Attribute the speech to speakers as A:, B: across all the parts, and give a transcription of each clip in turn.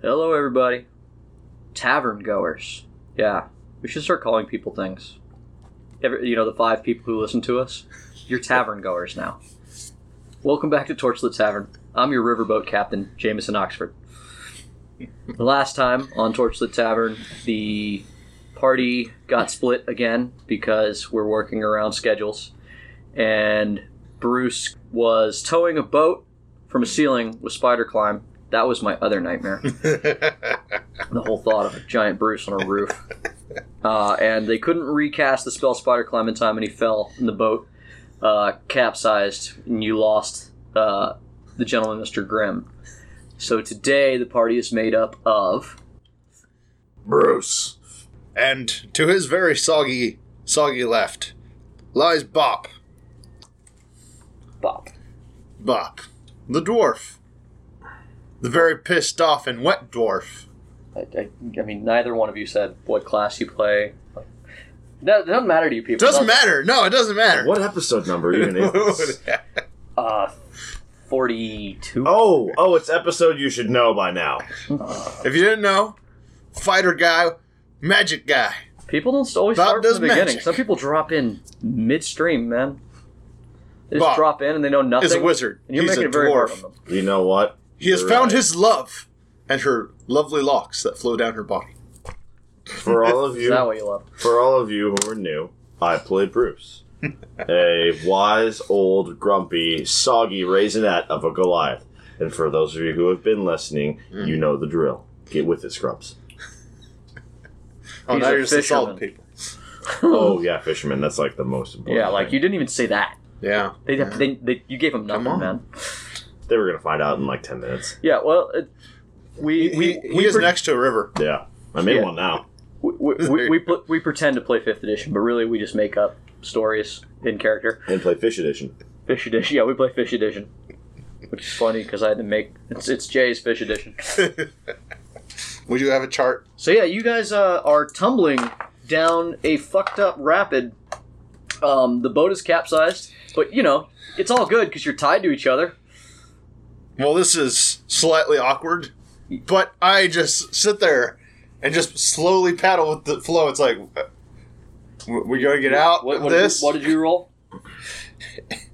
A: Hello, everybody. Tavern goers. Yeah, we should start calling people things. Every, you know, the five people who listen to us, you're tavern goers now. Welcome back to Torchlit Tavern. I'm your riverboat captain, Jameson Oxford. The last time on Torchlit Tavern, the party got split again because we're working around schedules, and Bruce was towing a boat from a ceiling with spider climb. That was my other nightmare the whole thought of a giant Bruce on a roof. Uh, and they couldn't recast the spell Spider Climb in time, and he fell in the boat, uh, capsized, and you lost uh, the gentleman, Mr. Grimm. So today the party is made up of
B: Bruce. And to his very soggy, soggy left lies Bop.
A: Bob.
B: Bop. The dwarf. The very pissed off and wet dwarf.
A: I, I, I mean, neither one of you said what class you play. Like, no, it doesn't matter to you people.
B: Doesn't matter. No, it doesn't matter.
C: What episode number even is?
B: What-
A: Uh, 42.
C: oh, oh, it's episode you should know by now.
B: if you didn't know, fighter guy, magic guy.
A: People don't always
B: Bob
A: start from
B: does
A: the beginning.
B: magic.
A: Some people drop in midstream, man. They just
B: Bob
A: drop in and they know nothing.
B: Is a wizard.
A: And you're
B: He's
A: making
B: a
A: it very hard
B: dwarf.
A: on them.
C: You know what?
B: He has
C: You're
B: found
C: right.
B: his love and her lovely locks that flow down her body.
C: For all of
A: Is that
C: you,
A: what you love?
C: for all of you who are new, I play Bruce, a wise, old, grumpy, soggy raisinette of a Goliath. And for those of you who have been listening, you know the drill. Get with it, scrubs.
B: Oh,
A: He's
B: now
A: a
B: you're just assaulting
A: fisherman.
B: people.
C: oh yeah, fisherman. That's like the most important.
A: Yeah, like
C: thing.
A: you didn't even say that.
B: Yeah.
A: They, they, they you gave him nothing,
B: on.
A: man.
C: They were gonna find out in like ten minutes.
A: Yeah, well, it, we
B: He,
A: we
B: he-
A: we,
B: he is
A: pre-
B: next to a river.
C: Yeah, I made
A: Yeah.
C: one now.
A: we, we, we, we, pl- we pretend to play fifth edition, but really we just make up stories in character.
C: And play fish edition.
A: Fish edition. Yeah, we play fish edition, which is funny because I had to make it's, it's Jay's fish edition.
B: We do have a chart.
A: So yeah, you guys uh, are tumbling down a fucked up rapid. Um, the boat is capsized, but you know it's all good because you're tied to each other.
B: Well, this is slightly awkward, but I just sit there and just slowly paddle with the flow. It's like uh, w- we gotta get out.
A: What, what,
B: What, this
A: Did you, what did you roll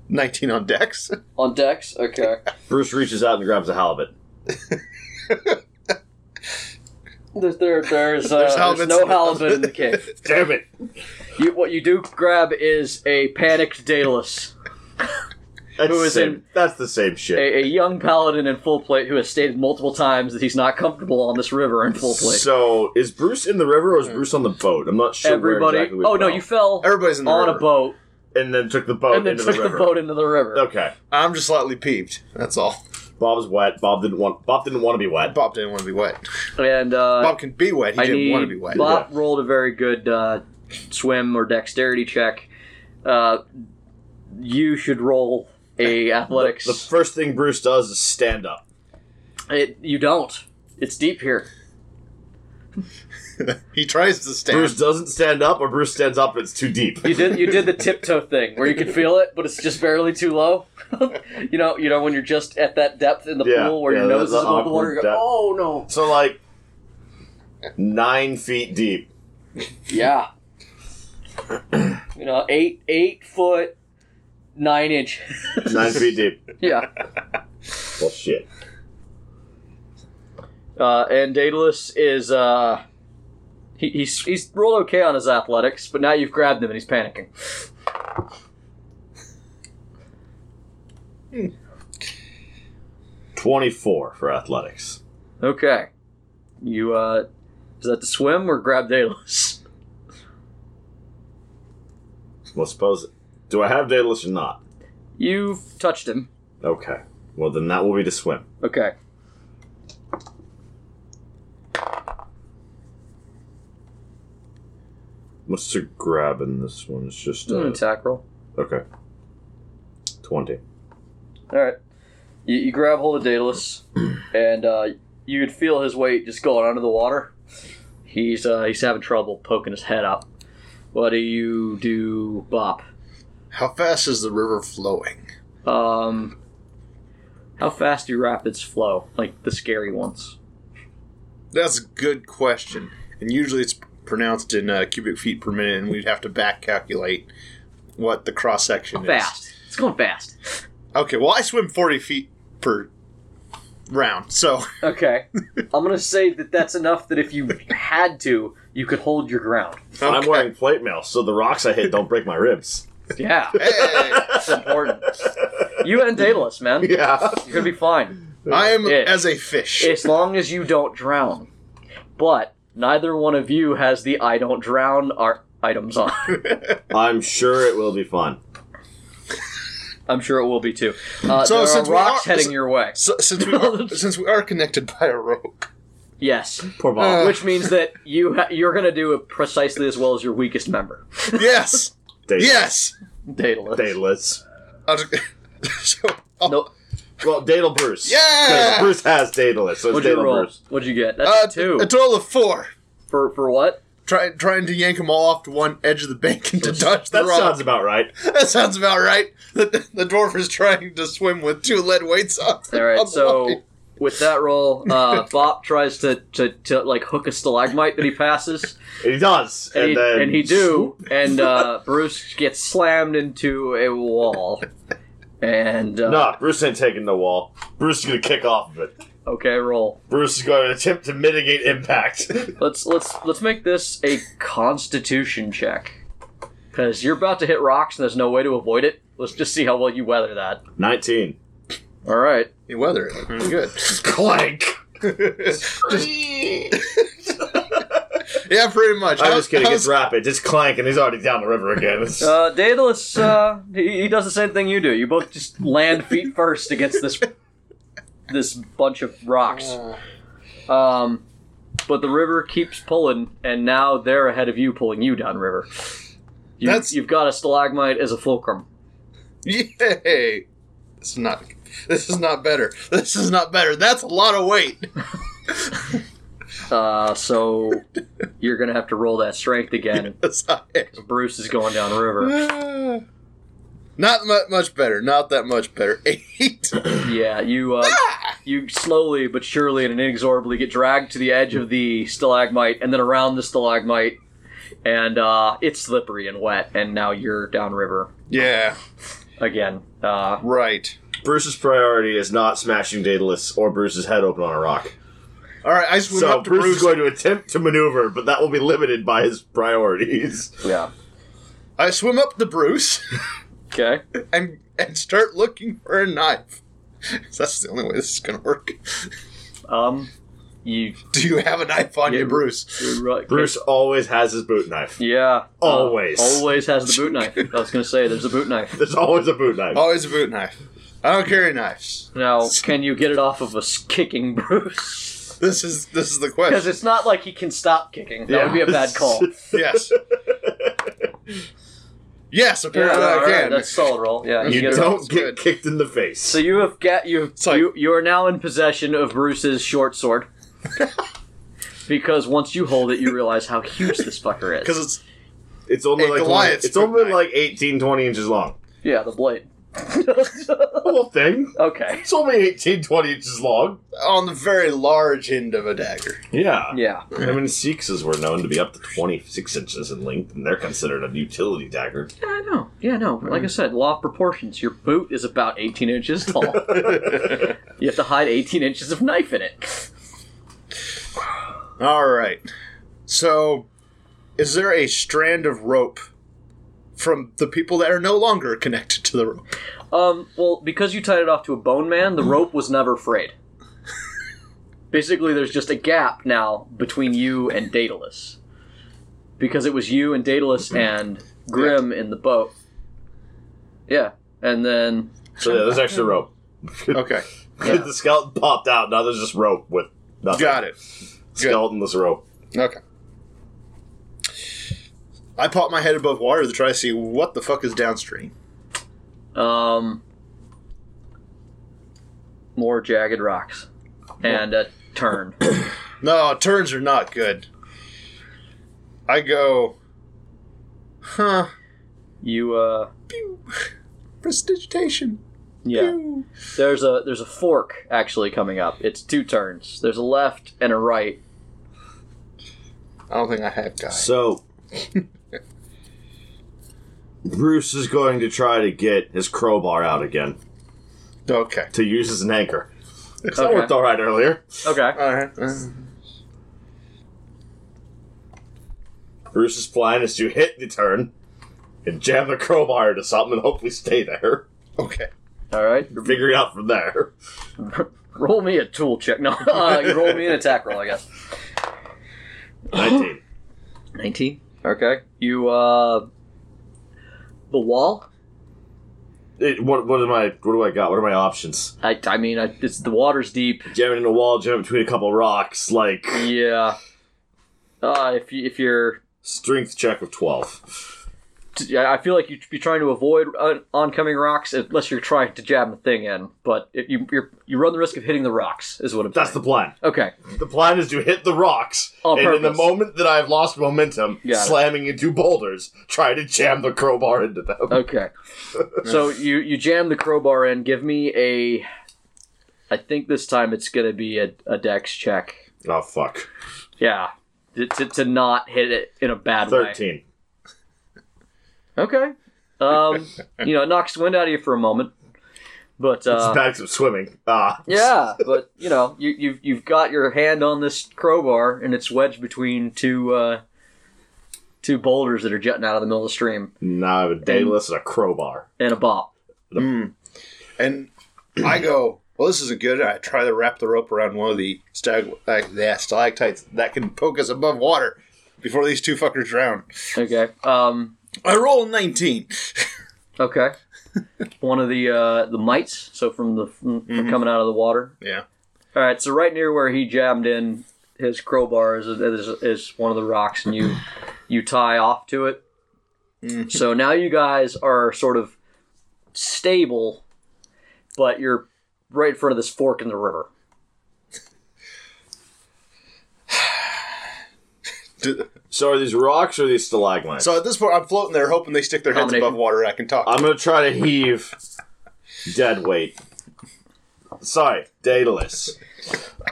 B: nineteen on decks?
A: on decks? Okay.
C: Bruce reaches out and grabs a halibut.
A: There's there, there's,
B: There's
A: uh, there's
B: halibuts
A: no
B: in the-
A: halibut in the cave.
C: Damn it!
A: You, what you do grab is a panicked Daedalus,
C: That's,
A: Who
C: the
A: is
C: same,
A: in-
C: that's the same shit.
A: a, a young paladin in full plate who has stated multiple times that he's not comfortable on this river in full plate.
C: So is Bruce in the river or is Bruce on the boat? I'm not sure. where
A: Everybody,
C: exactly we
A: oh no,
C: fell.
A: you fell
B: Everybody's in the
A: on
B: river.
A: a boat
C: and then took the boat
A: and then
C: into
A: took
C: the
A: the,
C: river.
A: boat into the river.
C: Okay,
B: I'm just slightly peeved. That's all.
C: Bob's wet. Bob didn't want. Bob didn't want to be wet.
B: Bob didn't want to be wet.
A: And uh,
B: Bob can be wet. He
A: I
B: didn't
A: need
B: want to be wet.
A: Bob rolled a very good uh, swim or dexterity check. Uh, you should roll a athletics.
C: The first thing Bruce does is stand up.
A: It, you don't. It's deep here.
B: He tries to stand.
C: Bruce doesn't stand up, or Bruce stands up and it's too deep.
A: You did you did the tiptoe thing where you can feel it, but it's just barely too low. you know, you know when you're just at that depth in the
C: Yeah,
A: pool where
C: yeah,
A: your nose is
C: that's an
A: above the water. You
C: awkward
A: go,
C: depth.
A: oh no!
C: So like nine feet deep.
A: Yeah. "Oh, you know, eight eight foot nine inch.
C: Nine feet deep.
A: yeah.
C: Well, shit.
A: Uh, and Daedalus is uh, he, he's he's rolled okay on his athletics, but now you've grabbed him and he's panicking.
C: Twenty-four for athletics.
A: Okay. You uh, is that to swim or grab Daedalus?
C: Well, suppose. Do I have Daedalus or not?
A: You've touched him.
C: Okay. Well, then that will be to swim.
A: Okay.
C: What's to grab in this one? It's just
A: Do an
C: uh,
A: attack roll.
C: okay. Twenty.
A: All right. You, you grab hold of Daedalus, and uh, you could feel his weight just going under the water. He's uh, he's having trouble poking his head up. What do you do, Bop?
B: How fast is the river flowing?
A: Um, how fast do rapids flow? Like the scary ones.
B: That's a good question. And usually it's pronounced in uh, cubic feet per minute, and we'd have to back calculate what the cross section is.
A: Fast. It's going fast.
B: Okay, well, I swim 40 feet per round, so
A: Okay. I'm gonna say that that's enough that if you had to, you could hold your ground.
C: I'm
B: Okay.
C: wearing plate mail, so the rocks I hit don't break my ribs.
A: Yeah.
B: hey,
A: It's important. You and Daedalus, man.
C: Yeah.
A: You're gonna be fine.
B: I am
A: Ish.
B: as a fish.
A: As long as you don't drown. But neither one of you has the I don't drown ar- items on.
C: I'm sure it will be fun.
A: I'm sure it will be too. Uh,
B: So
A: there
B: since
A: are
B: we
A: rocks
B: are-
A: heading your way.
B: So, since we are, since we are connected by a rope,
A: Yes.
C: Poor Bob.
A: Which means that you ha- you're gonna do it precisely as well as your weakest member,
B: yes,
C: Daedalus.
B: yes.
A: Daedalus.
C: Daedalus.
B: I'll just- so, oh,
A: No,
C: Well, Daedal Bruce.
B: Yeah!
C: 'Cause Bruce has Daedalus, so it's
A: what'd you
C: Daedal
A: roll?
C: Bruce.
A: What'd you get? That's
B: uh,
A: a two
B: a total of four.
A: for for what?
B: Try, trying to yank them all off to one edge of the bank and to dodge the
C: That
B: rock.
C: sounds about right.
B: that sounds about right. The, the dwarf is trying to swim with two lead weights on.
A: All right,
B: on the
A: so
B: line.
A: with that roll, uh, Bop tries to, to to like hook a stalagmite that he passes,
C: And he does.
A: and,
C: And,
A: he,
C: then
A: and he do, and uh, Bruce gets slammed into a wall, and uh,
C: No, Bruce ain't taking the wall. Bruce is gonna kick off of it.
A: okay, roll.
C: Bruce is going to attempt to mitigate impact.
A: Let's let's let's make this a Constitution check because you're about to hit rocks and there's no way to avoid it. Let's just see how well you weather that.
C: Nineteen.
A: All right.
B: you weather it. Mm,
C: Clank.
B: Good. Just- yeah, pretty much.
C: I'm just kidding.
B: How's-
C: It's rapid. Just clank, and he's already down the river again. It's-
A: Uh, Daedalus, uh, he, he does the same thing you do. You both just land feet first against this this bunch of
B: Oh.
A: rocks. Um, but the river keeps pulling, and now they're ahead of you, pulling you down river. You,
B: That's-
A: You've got a stalagmite as a fulcrum.
B: Yay! This is not. This is not better. This is not better. That's a lot of weight.
A: Uh, so you're gonna have to roll that strength again.
B: Yes, I am.
A: Bruce is going down river.
B: Not mu- much better. Not that much better. Eight.
A: Yeah, you uh, you slowly but surely and inexorably get dragged to the edge of the stalagmite and then around the stalagmite, and uh, it's slippery and wet. And now you're downriver
B: Yeah.
A: again. Uh,
B: Right.
C: Bruce's priority is not smashing Daedalus or Bruce's head open on a rock.
B: All right. I swim
C: So
B: up to
C: Bruce,
B: Bruce.
C: is going to attempt to maneuver, but that will be limited by his priorities.
A: yeah.
B: I swim up to Bruce
A: Okay.
B: and and start looking for a knife. That's the only way this is gonna work.
A: Um, you
B: Do you have a knife on
A: Yeah.
B: you, Bruce?
A: you're uh, right.
C: Bruce always has his boot knife.
A: Yeah. uh,
C: Always.
A: always has the boot knife. I was gonna say there's a boot knife.
C: There's always a boot
A: Oh,
C: knife.
B: Always a boot knife. I don't carry knives.
A: Now, can you get it off of a s- kicking Bruce?
B: This is this is the
A: Because
B: question.
A: it's not like he can stop kicking. That would be a bad call.
B: Yes. yes.
A: Yeah,
B: Apparently I
A: all right,
B: can.
A: that's solid roll. Yeah,
C: you
A: get it off.
C: don't
B: It's
C: get
B: good.
C: kicked in the face.
A: So you have got you
B: like-
A: you you are now in possession of Bruce's short sword. because once you hold it, you realize how huge this fucker
B: Because
A: is.
B: it's
C: it's only
B: Hey,
C: like
B: Goliath's
C: 20 it's
B: boot
C: only
B: knife.
C: like 18, 20 inches long.
A: Yeah, the blade.
C: The whole thing.
A: okay.
C: It's only 18, 20 inches long.
B: on the very large end of a dagger.
C: Yeah.
A: Yeah.
C: I mean, Sixes were known to be up to 26 inches in length, and they're considered a utility dagger.
A: Yeah, I know. Yeah, no. Like I said, law of proportions. Your boot is about 18 inches tall. you have to hide 18 inches of knife in it.
B: All right. So, is there a strand of rope from the people that are no longer connected to the rope?
A: Um, well, because you tied it off to a bone man, the rope was never frayed. Basically, there's just a gap now between you and Daedalus. Because it was you and Daedalus and Grim in the boat. Yeah. And then
C: So yeah, there's extra rope.
B: Okay,
A: Yeah.
C: the skeleton popped out. Now there's just rope with nothing.
B: got it. good.
C: Skeletonless rope.
B: Okay. I pop my head above water to try to see what the fuck is downstream.
A: um more jagged rocks. And a turn.
B: No, turns are not good. I go, huh?
A: You uh
B: Pew. Prestigitation.
A: yeah.
B: Pew.
A: There's a there's a fork actually coming up. It's two turns. There's a left and a right,
B: I don't think I have guys.
C: So, Bruce is going to try to get his crowbar out again
B: Okay.
C: to use as an anchor. That
A: Okay.
C: worked all right earlier.
A: Okay.
B: All right.
C: Bruce's plan is to hit the turn and jam the crowbar into something and hopefully stay there.
B: Okay.
A: All right.
C: Figure it out from there.
A: Roll me a tool check. No, uh, you roll me an attack roll, I guess.
C: 19.
A: 19. Okay. You, uh. The wall?
C: It- what, what, am I, what do I got? What are my options?
A: I, I mean, I, it's the water's deep.
C: Jamming in a wall, jamming between a couple rocks, like
A: Yeah. Uh, if you if you're,
C: strength check of 12.
A: t- I I feel like you'd be trying to avoid on- oncoming rocks unless you're trying to jam the thing in. But if you you're, you run the risk of hitting the rocks, is what I'm
C: That's the
A: saying.
C: plan.
A: okay.
C: The plan is to hit the rocks,
A: On
C: and in the
A: purpose.
C: moment that I've lost momentum,
A: Got it.
C: slamming into boulders, try to jam the crowbar into them.
A: Okay. so you you jam the crowbar in. Give me a. I think this time it's gonna be a, a dex check.
C: Oh fuck!
A: Yeah. To, to, to not hit it in a bad way.
C: Thirteen.
A: Okay. Um, you know, it knocks the wind out of you for a moment, but uh,
C: It's back to swimming. Ah,
A: Yeah, but you know, you, you've you've got your hand on this crowbar, and it's wedged between two uh, two boulders that are jutting out of the middle of the stream,
C: now I have a
A: Mm.
C: dayless and a crowbar.
A: and a bop.
B: And I go, well, this isn't good. And I try to wrap the rope around one of the stag- like, yeah, stalactites that can poke us above water before these two fuckers drown.
A: Okay. Um.
B: I roll a 19.
A: Okay. One of the uh, the mites, so from the from
B: Mm-hmm.
A: coming out of the water.
B: Yeah.
A: All right. So right near where he jammed in his crowbar is is, is one of the rocks, and you you tie off to it.
B: Mm-hmm.
A: So now you guys are sort of stable, but you're right in front of this fork in the river.
B: D-
C: So are these rocks or are these stalagmites?
B: So at this point, I'm floating there hoping they stick their heads
A: Combination.
B: above water and I can talk.
C: I'm gonna try to heave dead weight. Sorry, daedalus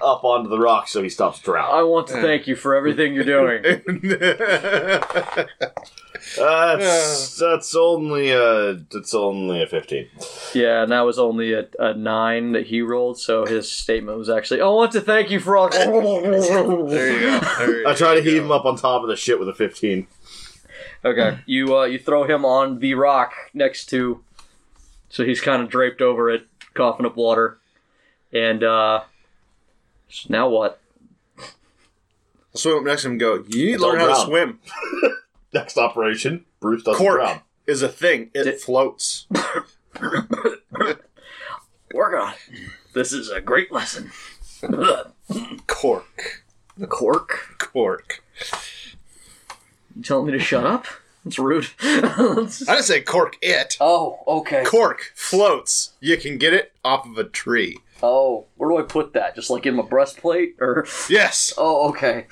C: up onto the rock so he stops drowning.
A: I want to thank you for everything you're doing. Uh,
C: Uh, That's that's only a that's only a fifteen.
A: yeah, and that was only a, a nine that he rolled, so his statement was actually, "I want to thank you for all."
B: there you go. There you
C: I try to heave
B: go.
C: him up on top of the shit with a 15.
A: Okay, you uh, you throw him on the rock next to, so he's kind of draped over it, coughing up water, and uh, so now what?
B: I'll swim up next to him and go, you need to
C: Don't
B: learn how to
C: drown.
B: swim.
C: Next operation, Bruce doesn't
B: Cork
C: drown.
B: is a thing. It
A: Did-
B: floats.
A: Work on. it. This is a great lesson. Ugh.
B: Cork.
A: Cork,
B: Cork.
A: you telling me to shut up? That's rude.
B: I didn't say cork it.
A: oh, okay.
B: Cork floats. You can get it off of a tree.
A: Oh, where do I put that? Just like in my breastplate, or
B: Yes.
A: oh, okay,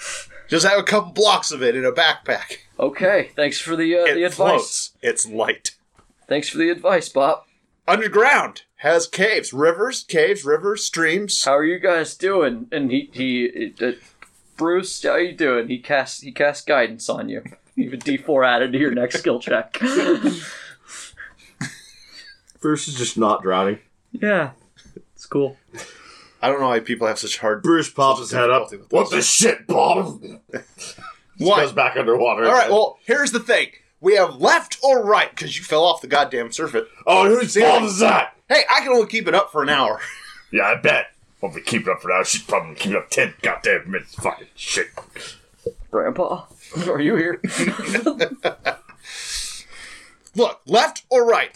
B: Just have a couple blocks of it in a backpack.
A: okay. Thanks for the uh,
B: It
A: the advice.
B: floats. It's light.
A: Thanks for the advice, Bob.
B: Underground has caves, rivers, caves, rivers, streams.
A: how are you guys doing? And he he it, it- Bruce, how you doing? He cast he cast guidance on you. You have a D four added to your next skill check.
C: Bruce is just not drowning.
A: yeah, it's cool.
B: I don't know why people have such hard.
C: Bruce pops his head up.
B: difficulty with
C: What the
B: this.
C: shit, Bob? Goes
B: What?
C: back underwater.
B: All right.
C: again.
B: Well, here's the thing. We have left or right because you fell off the goddamn surface.
C: oh, whose fault is that?
B: Hey, I can only keep it up for an hour.
C: Yeah, I bet. Well, if we keep it up for now, she's probably gonna keep it up 10 goddamn minutes. Fucking shit.
A: Grandpa, are you here?
B: Look, left or right.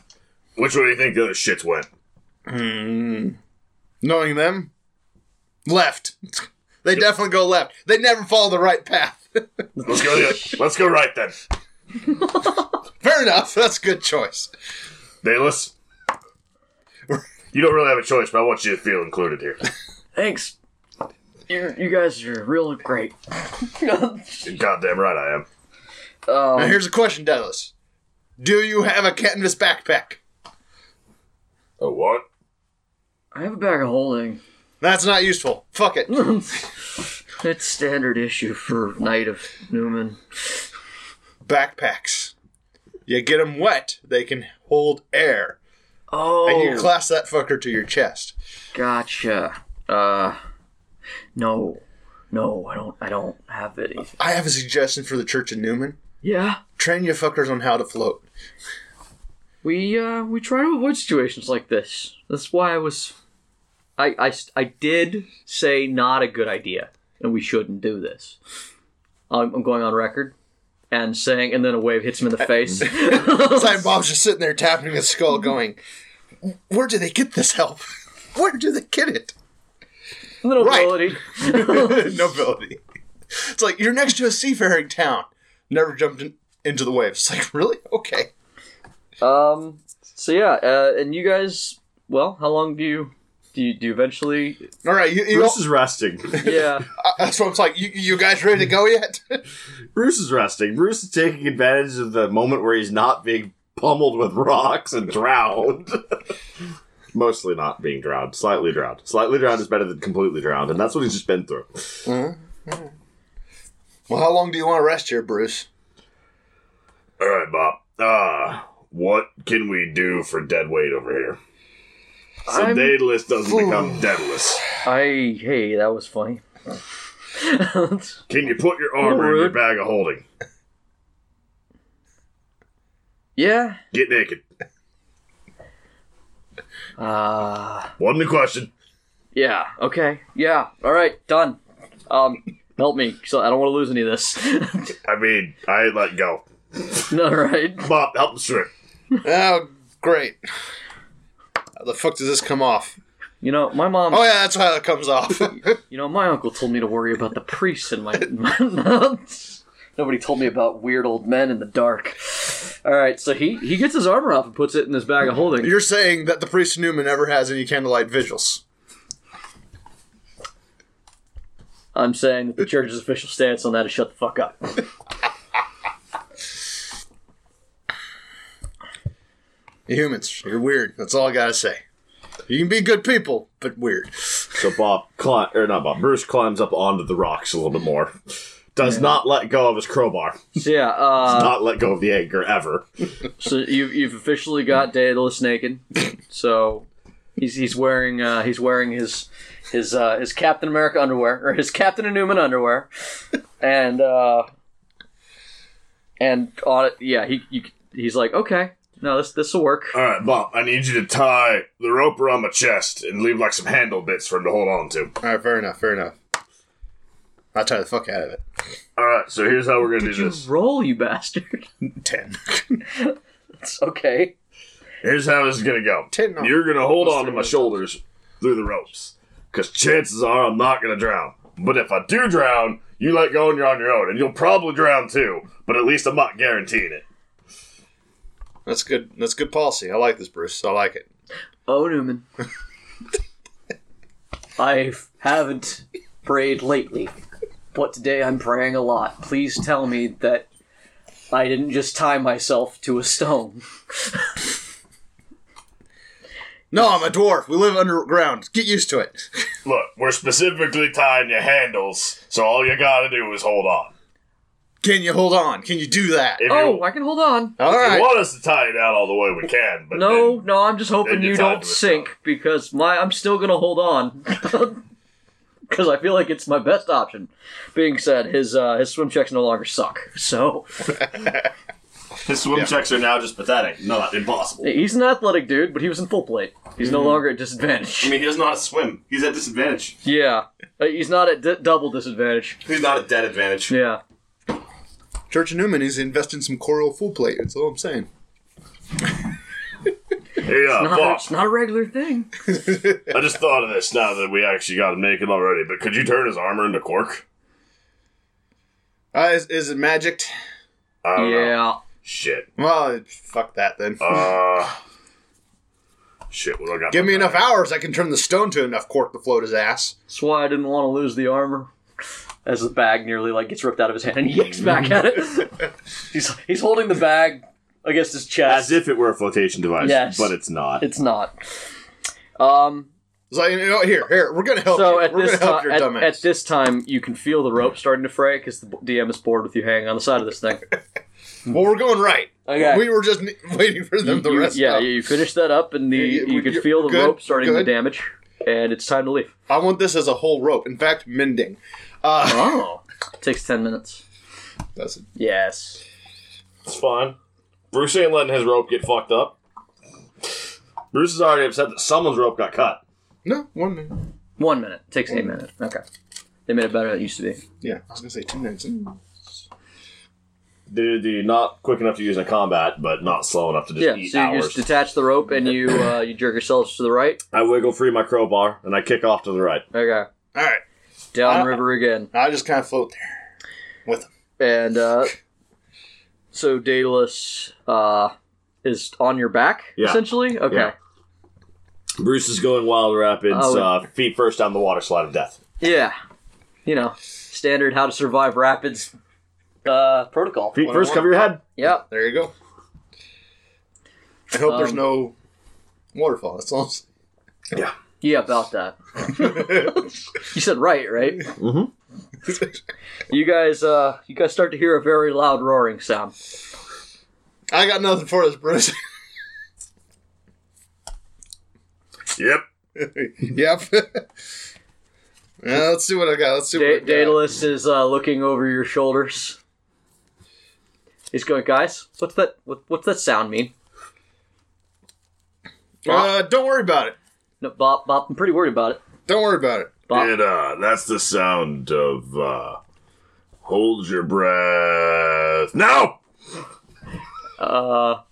C: Which way do you think the other shits went?
B: Knowing them, left. They definitely go left. They never follow the right path.
C: Let's go, the other- let's go right then.
B: Fair enough. That's a good choice.
C: Dayless, you don't really have a choice, but I want you to feel included here.
A: Thanks. You're, you guys are really great. um,
C: You're goddamn right I am.
B: Now here's a question, Douglas. Do you have a canvas backpack?
C: Oh, what?
A: I have a bag of holding.
B: That's not useful. Fuck it.
A: It's standard issue for Knight of Newman.
B: Backpacks. You get them wet, they can hold air.
A: Oh,
B: And you clasp that fucker to your chest.
A: gotcha. Uh, no, no, I don't. I don't have any.
B: I have a suggestion for the Church of Newman.
A: Yeah,
B: Train you fuckers on how to float.
A: we uh, we try to avoid situations like this. That's why I was. I, I, I did say not a good idea, and we shouldn't do this. I'm, I'm going on record and saying, and then a wave hits him in the face.
B: It's like Bob's just sitting there tapping his skull going, Where do they get this help? Where do they get it?
A: Little
B: Right.
A: ability.
B: Nobility. It's like, you're next to a seafaring town. Never jumped in, into the waves. It's like, really? Okay.
A: Um. So yeah, uh, and you guys, well, how long do you do? You, do you eventually?
B: All right. You, you,
C: Bruce is resting.
A: Yeah.
B: uh, that's what I'm like. You, you guys ready to go yet?
C: Bruce is resting. Bruce is taking advantage of the moment where he's not being pummeled with rocks and drowned. Mostly not being drowned, slightly drowned. Slightly drowned is better than completely drowned, and that's what he's just been through.
B: well, how long do you want to rest here, Bruce?
C: All right, Bob. Uh, what can we do for dead weight over here? So
A: I'm-
C: Daedalus doesn't become deadless.
A: I. Hey, that was funny.
C: Can you put your armor in your
A: Rude.
C: bag of holding?
A: yeah.
C: Get naked.
A: Uh.
C: Wasn't a question.
A: Yeah. Okay. Yeah. All right. Done. Um. Help me. So I don't want to lose any of this.
C: I mean, I ain't let go.
A: All right.
C: Bob, help him strip.
B: Oh, great. How the fuck does this come off?
A: You know, my mom.
B: Oh, yeah, that's how it comes off.
A: You know, my uncle told me to worry about the priests in my. Nobody told me about weird old men in the dark. All right, so he he gets his armor off and puts it in his bag of holding.
B: You're saying that the priest of Newman never has any candlelight vigils.
A: I'm saying that the church's official stance on that is shut the fuck up.
B: You humans, you're weird. That's all I gotta say. You can be good people, but weird.
C: So Bob, cli- or not Bob, Bruce climbs up onto the rocks a little bit more. Does not let go of his crowbar.
A: So yeah, uh,
C: Not let go of the anchor ever.
A: so you've you've officially got Daedalus naked. So he's he's wearing uh, he's wearing his his uh, his Captain America underwear or his Captain and Newman underwear, and uh, and on it, yeah, he you, he's like, okay, no, this this will work.
C: All right, Bob, I need you to tie the rope around my chest and leave like some handle bits for him to hold on to.
B: Alright, fair enough, fair enough. I'll try the fuck out of it.
C: All right, so here's how we're gonna do
A: You
C: this.
A: roll, you bastard.
B: Ten.
A: It's okay.
C: Here's how this is gonna go.
B: Ten on-
C: You're gonna hold
B: Plus
C: on to
B: three
C: my
B: on top.
C: shoulders through the ropes, because chances are I'm not gonna drown. But if I do drown, you let go and you're on your own, and you'll probably drown too. But at least I'm not guaranteeing it.
B: That's good that's good policy. I like this, Bruce. I like it.
A: Oh, Newman. I haven't prayed lately, but today I'm praying a lot. Please tell me that I didn't just tie myself to a stone.
B: No, I'm a dwarf. We live underground. Get used to it.
C: Look, we're specifically tying your handles, so all you gotta do is hold on.
B: Can you hold on? Can you do that?
C: If
A: Oh,
C: you,
A: I can hold on.
C: if you
B: Alright.
C: want us to tie you down all the way, we can. But
A: No,
C: then-
A: no, I'm just hoping
C: then you
A: you
C: tied
A: don't
C: to a
A: sink because my I'm still gonna hold on because I feel like it's my best option. Being said, his uh, his swim checks no longer suck, so
C: his swim checks are now just pathetic, not impossible.
A: he's an athletic dude, but he was in full plate. He's
C: Mm-hmm.
A: no longer at disadvantage.
D: I mean, he doesn't know how to swim. He's at disadvantage.
A: Yeah, Uh, he's not at d- double disadvantage.
D: He's not at dead advantage.
A: Yeah,
B: Church of Newman is investing some coral full plate, that's all I'm saying.
C: Yeah,
A: not,
C: Bob,
A: it's not a regular thing.
C: I just thought of this now that we actually got him naked already. But could you turn his armor into cork?
B: Uh, is, is it magicked?
C: I don't know.
A: Yeah,
C: Shit.
B: Well, fuck that then.
C: Uh, shit, what do I got?
B: Give me
C: in my
B: enough
C: bag?
B: hours, I can turn the stone to enough cork to float his ass.
A: that's why I didn't want to lose the armor. As the bag nearly like gets ripped out of his hand and he yanks back at it. he's he's holding the bag against his chest.
C: As if it were a flotation device,
A: Yes.
C: but it's not.
A: it's not. Um,
B: It's like, you know, here, here, we're gonna help.
A: so
B: you.
A: at
B: we're
A: this
B: gonna help
A: time,
B: your
A: at,
B: dumbass.
A: at this time, you can feel the rope starting to fray because the DM is bored with you hanging on the side of this thing.
B: well, we're going right.
A: Okay.
B: We were just ne- waiting for them to
A: You-
B: rest
A: yeah,
B: up.
A: you finish that up, and the
B: Yeah, yeah,
A: you can
B: you're
A: feel the
B: good,
A: rope starting to
B: good.
A: damage, and it's time to leave.
B: I want this as a whole rope. In fact, mending. Uh,
A: Oh, takes ten minutes.
B: that's-
A: Yes.
C: It's fine. Bruce ain't letting his rope get fucked up. Bruce is already upset that someone's rope got cut.
B: no, one minute.
A: One minute. Takes a minute. Okay. They made it better than it used to be.
B: Yeah, I was gonna say two minutes.
C: Dude, dude, not quick enough to use in a combat, but not slow enough to just
A: Yeah.
C: eat
A: So you
C: hours.
A: just detach the rope and you uh, you jerk yourselves to the right.
C: I wiggle free my crowbar and I kick off to the right.
A: Okay.
B: All right,
A: Down
B: Uh,
A: river again,
B: I just kind of float there with them.
A: and uh, so Daedalus uh, is on your back
C: Yeah.
A: essentially. Okay.
C: Yeah. Bruce is going wild rapids,
A: Oh.
C: uh, feet first down the water slide of death.
A: Yeah. You know, standard how to survive rapids uh, protocol.
C: Feet
B: One
C: first,
B: on
C: cover your head.
A: Yep.
B: There you go. I hope there's
A: Um,
B: no waterfall. That's all. I'm saying.
A: Yeah, about that. you said right, right?
C: Mhm.
A: Mm-hmm. you guys, uh, you guys start to hear a very loud roaring sound.
B: I got nothing for this, Bruce.
C: Yep.
B: yep. yeah, let's see what I got. Let's see
A: Da-
B: what I got.
A: Daedalus is uh, looking over your shoulders. He's going, guys. What's that? What, what's that sound mean?
B: Uh, don't worry about it.
A: No, Bob, Bob, I'm pretty worried about it.
B: Don't worry about it.
A: Bob,
C: uh, that's the sound of uh, hold your breath. No!
A: uh,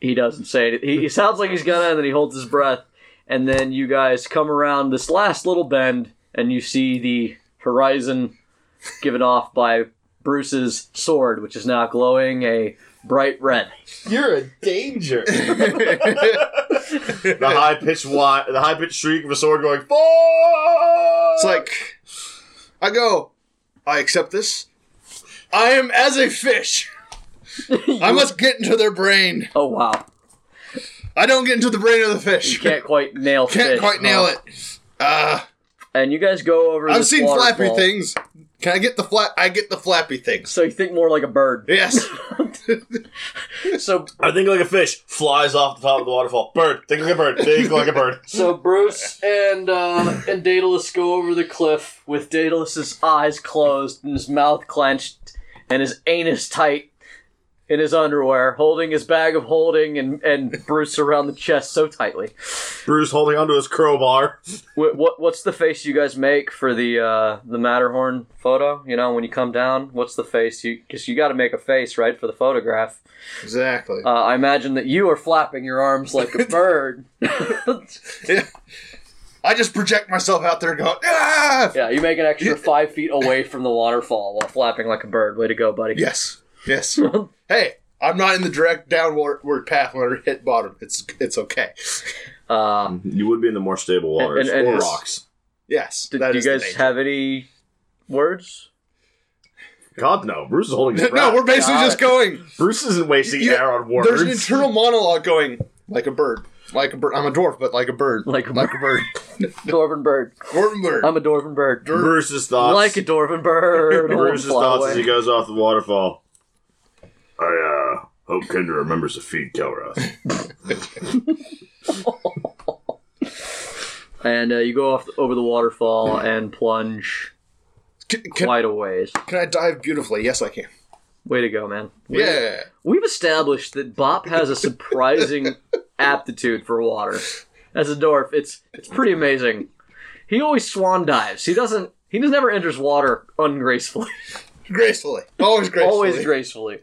A: he doesn't say it. He, he sounds like he's gonna, and then he holds his breath, and then you guys come around this last little bend, and you see the horizon given off by Bruce's sword, which is now glowing a bright red.
E: You're a danger.
C: The high pitched wi- the high pitched shriek of a sword going, Fall!
B: It's like I go. I accept this. I am as a fish. I must get into their brain.
A: Oh wow,
B: I don't get into the brain of the fish.
A: you can't quite nail.
B: Can't
A: fish,
B: quite nail
A: huh?
B: it. Uh,
A: And you guys go over.
B: I've
A: this
B: seen flappy
A: waterfall.
B: things. Can I get the flap? I get the flappy things.
A: So you think more like a bird.
B: Yes.
A: So
C: I think like a fish flies off the top of the waterfall. Bird, think like a bird, think like a bird.
A: So Bruce and uh, and Daedalus go over the cliff with Daedalus's eyes closed and his mouth clenched and his anus tight in his underwear, holding his bag of holding and, and Bruce around the chest so tightly.
C: Bruce holding onto his crowbar.
A: What, what what's the face you guys make for the uh, the Matterhorn photo? You know when you come down, what's the face? You because you got to make a face right for the photograph.
B: exactly.
A: Uh, I imagine that you are flapping your arms like a bird.
B: I just project myself out there going, ah!
A: Yeah, you make an extra five feet away from the waterfall while flapping like a bird. Way to go, buddy.
B: Yes. Yes. hey, I'm not in the direct downward path when I hit bottom. It's it's okay.
A: Uh,
C: You would be in the more stable waters
A: And- and-
C: or
A: and-
C: rocks.
B: Yes.
A: did
B: that
A: you
B: is the
A: guys
B: danger.
A: have any words?
C: God no, Bruce is holding his breath.
B: No, we're basically
A: Got
B: just
A: it.
B: going.
C: Bruce isn't wasting
B: Yeah,
C: air on
B: There's an
C: words.
B: internal monologue going like a bird. Like a bird. I'm a dwarf, but like a bird.
A: Like a
B: like a bird.
A: Dwarven bird. Um,
B: Dwarf bird.
A: I'm a dwarven bird.
C: Bruce's thoughts.
A: Like a dwarven bird. I wanna
C: Bruce's
A: fly
C: thoughts
A: away.
C: as he goes off the waterfall. I uh, hope Kendra remembers to feed Kelroth.
A: And uh, you go off over the waterfall and plunge
B: Can, can,
A: quite a ways.
B: can I dive beautifully? Yes, I can.
A: Way to go, man.
B: Yeah.
A: We've established that Bop has a surprising aptitude for water. As a dwarf, it's it's pretty amazing. He always swan dives. He doesn't. He just never enters water ungracefully.
B: Gracefully. Always gracefully.
A: Always gracefully.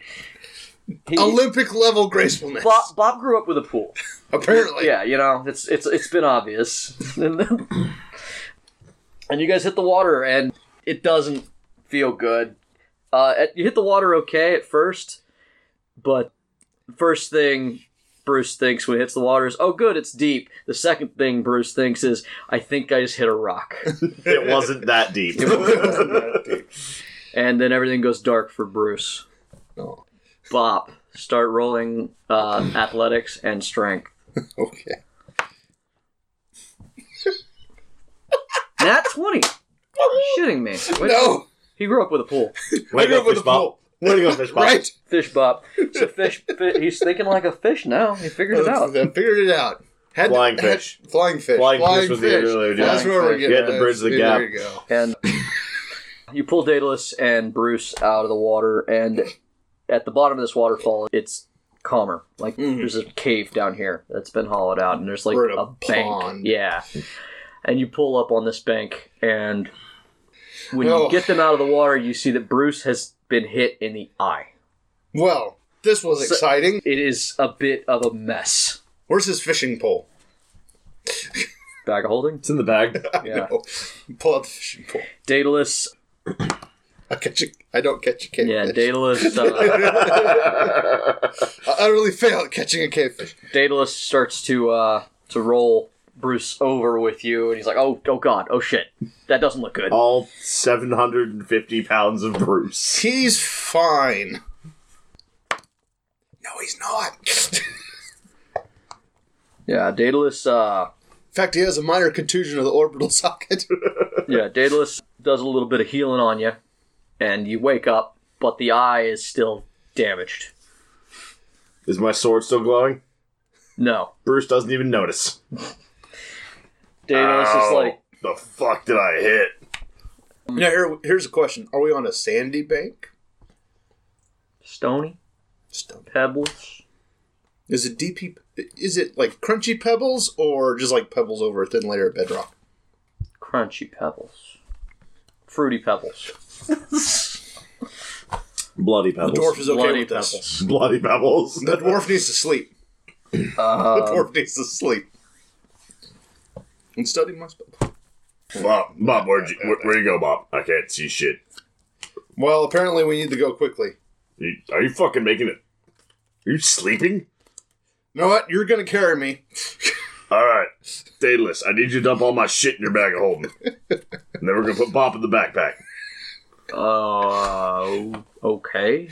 A: He,
B: Olympic level gracefulness.
A: Bob, Bob grew up with a pool.
B: Apparently.
A: Yeah, you know, it's it's it's been obvious. and then- and you guys hit the water, and it doesn't feel good. Uh, at, you hit the water okay at first, but first thing Bruce thinks when he hits the water is, "Oh, good, it's deep." The second thing Bruce thinks is, "I think I just hit a rock,"
C: it wasn't that deep.
A: and then everything goes dark for Bruce.
B: Oh,
A: Bop, start rolling uh, athletics and strength.
B: okay.
A: Nat 20. You're shitting me. Wait-
B: No,
A: He grew up with a pool.
B: I
C: Way
B: grew
C: to go,
B: up with a
C: Fishbot.
B: pool.
C: Way to go, Fishbot.
B: Right?
A: Fish bop. So fish, fi- he's thinking like a fish now. He figured it out.
B: I figured it out. Had
C: Flying
B: had-
C: fish.
B: flying fish.
C: Flying fish was the other dude.
B: That's where we're
A: Flying
B: getting.
C: fish. You had to bridge the
B: at.
C: gap.
B: There you go.
A: And you pull Daedalus and Bruce out of the water, and at the bottom of this waterfall, it's calmer. Like there's a cave down here that's been hollowed out, and there's like
B: Mm-hmm. We're in
A: a,
B: a
A: bank.
B: pond.
A: Yeah. And you pull up on this bank, and when
B: Oh.
A: you get them out of the water, you see that Bruce has been hit in the eye.
B: Well, this was
A: So-
B: exciting.
A: It is a bit of a mess.
B: Where's his fishing pole?
A: Bag of holding.
C: It's in the bag.
A: Yeah.
B: No. Oh, Pull out the fishing pole.
A: Daedalus.
B: I catch a, I don't catch a cavefish.
A: Yeah, Daedalus. Uh,
B: I utterly fail at catching a cavefish.
A: Daedalus starts to uh, to roll Bruce over with you, and he's like, "Oh, oh God, oh shit, that doesn't look good."
C: All 750 pounds of Bruce.
B: He's fine. No, he's not. in
A: Yeah, Daedalus. Uh,
B: fact, he has a minor contusion of the orbital socket.
A: yeah, Daedalus does a little bit of healing on you, and you wake up, but the eye is still damaged.
C: Is my sword still glowing?
A: No,
C: Bruce doesn't even notice.
A: Daedalus is
C: Ow.
A: like,
C: The fuck did I hit?
B: now, here, here's a question: Are we on a sandy bank?
A: "Stony
B: Stump.
A: pebbles."
B: Is it DP? Is it like crunchy pebbles or just like pebbles over a thin layer of bedrock?
A: Crunchy pebbles, fruity pebbles,
C: Bloody
B: The dwarf
C: pebbles.
B: is okay
A: bloody
B: with this.
A: pebbles.
C: Bloody pebbles.
B: The dwarf needs to sleep.
A: Uh,
B: The dwarf needs to sleep. Um, And study my spell.
C: Bob, Bob, where'd you, where, where you go, Bob? I can't see shit.
B: Well, apparently we need to go quickly.
C: You- Are you fucking making it? Are you sleeping?
B: You know what? You're gonna carry me.
C: All right, Daedalus, I need you to dump all my shit in your bag of holding. and then we're gonna put Bob in the backpack.
A: Uh, okay.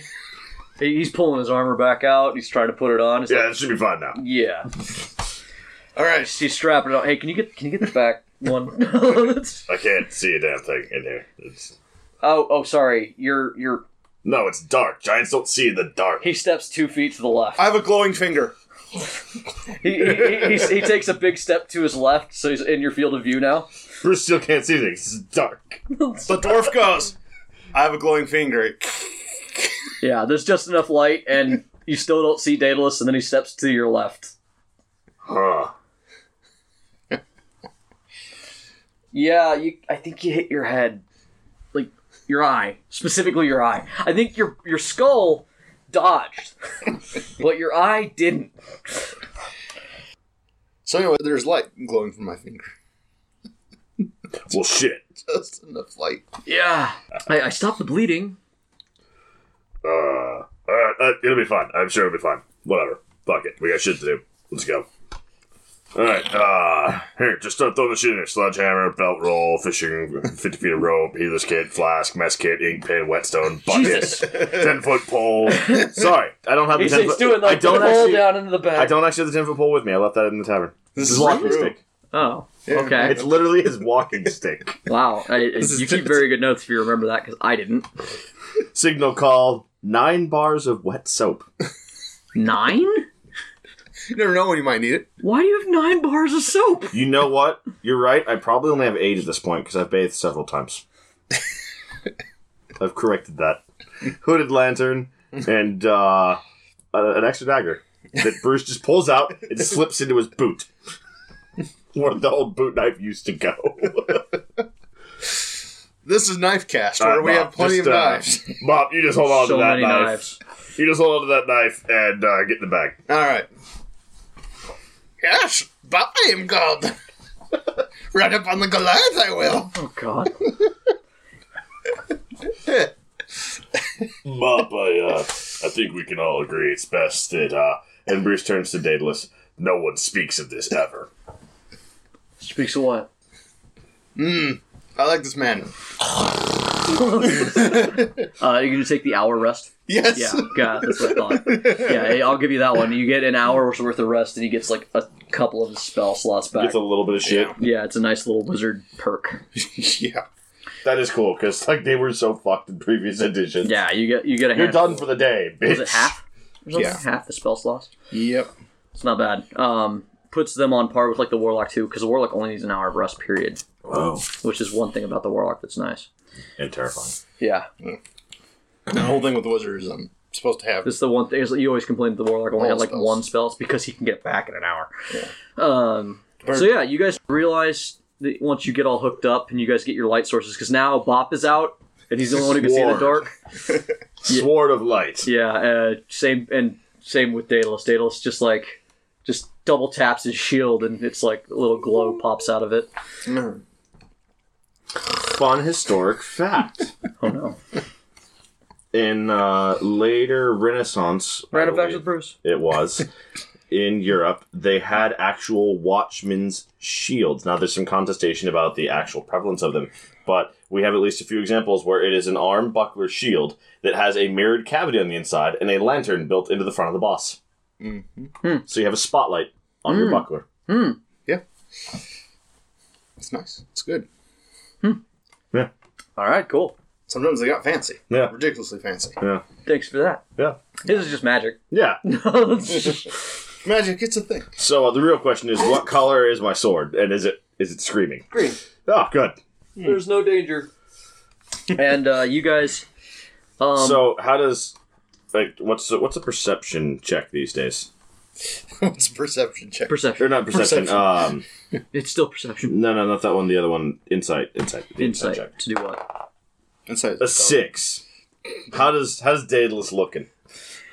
A: He's pulling his armor back out. He's trying to put it on. It's
C: Yeah,
A: like,
C: that should be fine now.
A: yeah.
B: All right.
A: He's strapping it on. Hey, can you get can you get the back one? oh,
C: I can't see a damn thing in here. It's,
A: oh, sorry. You're you're.
C: no, it's dark. Giants don't see in the dark.
A: He steps two feet to the left.
B: I have a glowing finger.
A: He he, he, he's- he takes a big step to his left, so he's in your field of view now.
C: Bruce still can't see things. It's dark.
B: The dwarf goes. I have a glowing finger.
A: Yeah, there's just enough light, and you still don't see Daedalus. And then he steps to your left.
C: Huh.
A: Yeah, you. I think you hit your head, like your eye, specifically your eye. I think your your skull dodged, but your eye didn't.
B: So anyway, there's light glowing from my finger.
C: Well, shit.
B: Just enough light.
A: Yeah, I, I stopped the bleeding.
C: Uh, all right, uh, it'll be fine. I'm sure it'll be fine. Whatever. Fuck it. We got shit to do. Let's go. All right. Uh, here, just start throwing the shit in here. Sledgehammer, belt roll, fishing, fifty feet of rope, healer's kit, flask, mess kit, ink pen, whetstone, bucket,
A: Jesus.
C: ten foot pole. Sorry, I don't have the
A: He's,
C: ten
A: he's
C: foot.
A: doing like
C: I don't
A: the roll
C: actually.
A: down into the back.
C: I don't actually have the ten foot pole with me. I left that in the tavern.
B: This
C: His
B: is
C: walking
B: true.
C: stick.
A: Oh,
B: Yeah.
A: okay.
C: It's literally his walking stick.
A: Wow, I,
B: is
A: you keep
B: just-
A: very good notes if you remember that because I didn't.
C: Signal call. Nine bars of wet soap.
A: Nine?
B: You never know when you might need it.
A: Why do you have nine bars of soap?
C: You know what? You're right. I probably only have eight at this point because I've bathed several times. I've corrected that. Hooded lantern and uh, a- an extra dagger that Bruce just pulls out and slips into his boot. Where the old boot knife used to go.
B: This is knife cast where we have plenty of knives.
C: Bob, you just hold on
A: so
C: to that
A: many
C: knife.
A: knives.
C: You just hold on to that knife and uh, get in the bag.
B: All right. Yes, but I am God. right up on the Goliath, I will.
A: Oh God.
C: Bob, I, uh, I think we can all agree it's best that. Uh, and Bruce turns to Daedalus. No one speaks of this ever.
A: Speaks of what?
B: Hmm, I like this man.
A: Uh, you're gonna take the hour rest.
B: yes.
A: Yeah, God, that's what I thought. Yeah, I'll give you that one. You get an hour's worth of rest, and he gets like a couple of his spell slots back.
C: Gets a little bit of shit.
A: yeah, it's a nice little wizard perk.
B: yeah.
C: That is cool because like they were so fucked in previous editions.
A: Yeah, you get you get a.
C: You're
A: handful.
C: done for the day, bitch.
A: Was it half? Or something?
B: Yeah.
A: half the spell slots.
B: Yep.
A: It's not bad. Um, puts them on par with like the warlock too, because the warlock only needs an hour of rest period,
C: Whoa.
A: which is one thing about the warlock that's nice.
C: And terrifying.
A: Yeah,
B: The whole thing with the wizard is I'm supposed to have.
A: this is the one thing is that you always complain that the warlock only
B: All
A: had like
B: spells.
A: one spell. It's because he can get it back in an hour. Um, so yeah, you guys realize that once you get all hooked up and you guys get your light sources, because now Bop is out and he's the only one who can see in the
C: Sword.
A: dark.
C: Sword of light.
A: Yeah, uh, same and same with Daedalus. Daedalus just like just double taps his shield and it's like a little glow pops out of it.
C: Fun historic fact.
A: Oh no.
C: In uh, later Renaissance, I
A: Random facts
C: believe
A: with Bruce.
C: it was in Europe, they had actual watchmen's shields. Now there's some contestation about the actual prevalence of them, but we have at least a few examples where it is an arm buckler shield that has a mirrored cavity on the inside and a lantern built into the front of the boss. Mm-hmm. So you have a spotlight on your buckler.
B: It's nice. It's good.
A: All right, cool.
B: Sometimes they got fancy.
C: Yeah.
B: Ridiculously fancy.
C: Yeah.
A: Thanks for that.
C: Yeah.
A: This is just magic.
C: Yeah.
B: Magic, it's a thing.
C: So uh, the real question is, what color is my sword, and is it is it screaming?
A: Green.
C: Oh, good.
A: There's no danger. and uh, you guys, um,
C: so how does like what's the, what's a perception check these days?
B: it's a perception check.
C: Or
A: perception.
C: not perception.
B: Perception.
C: Um,
A: It's still perception.
C: No, no, not that one. The other one, insight, insight, the
A: Insight
C: check.
A: to do what?
B: Inside.
C: A six. How does how's Daedalus looking?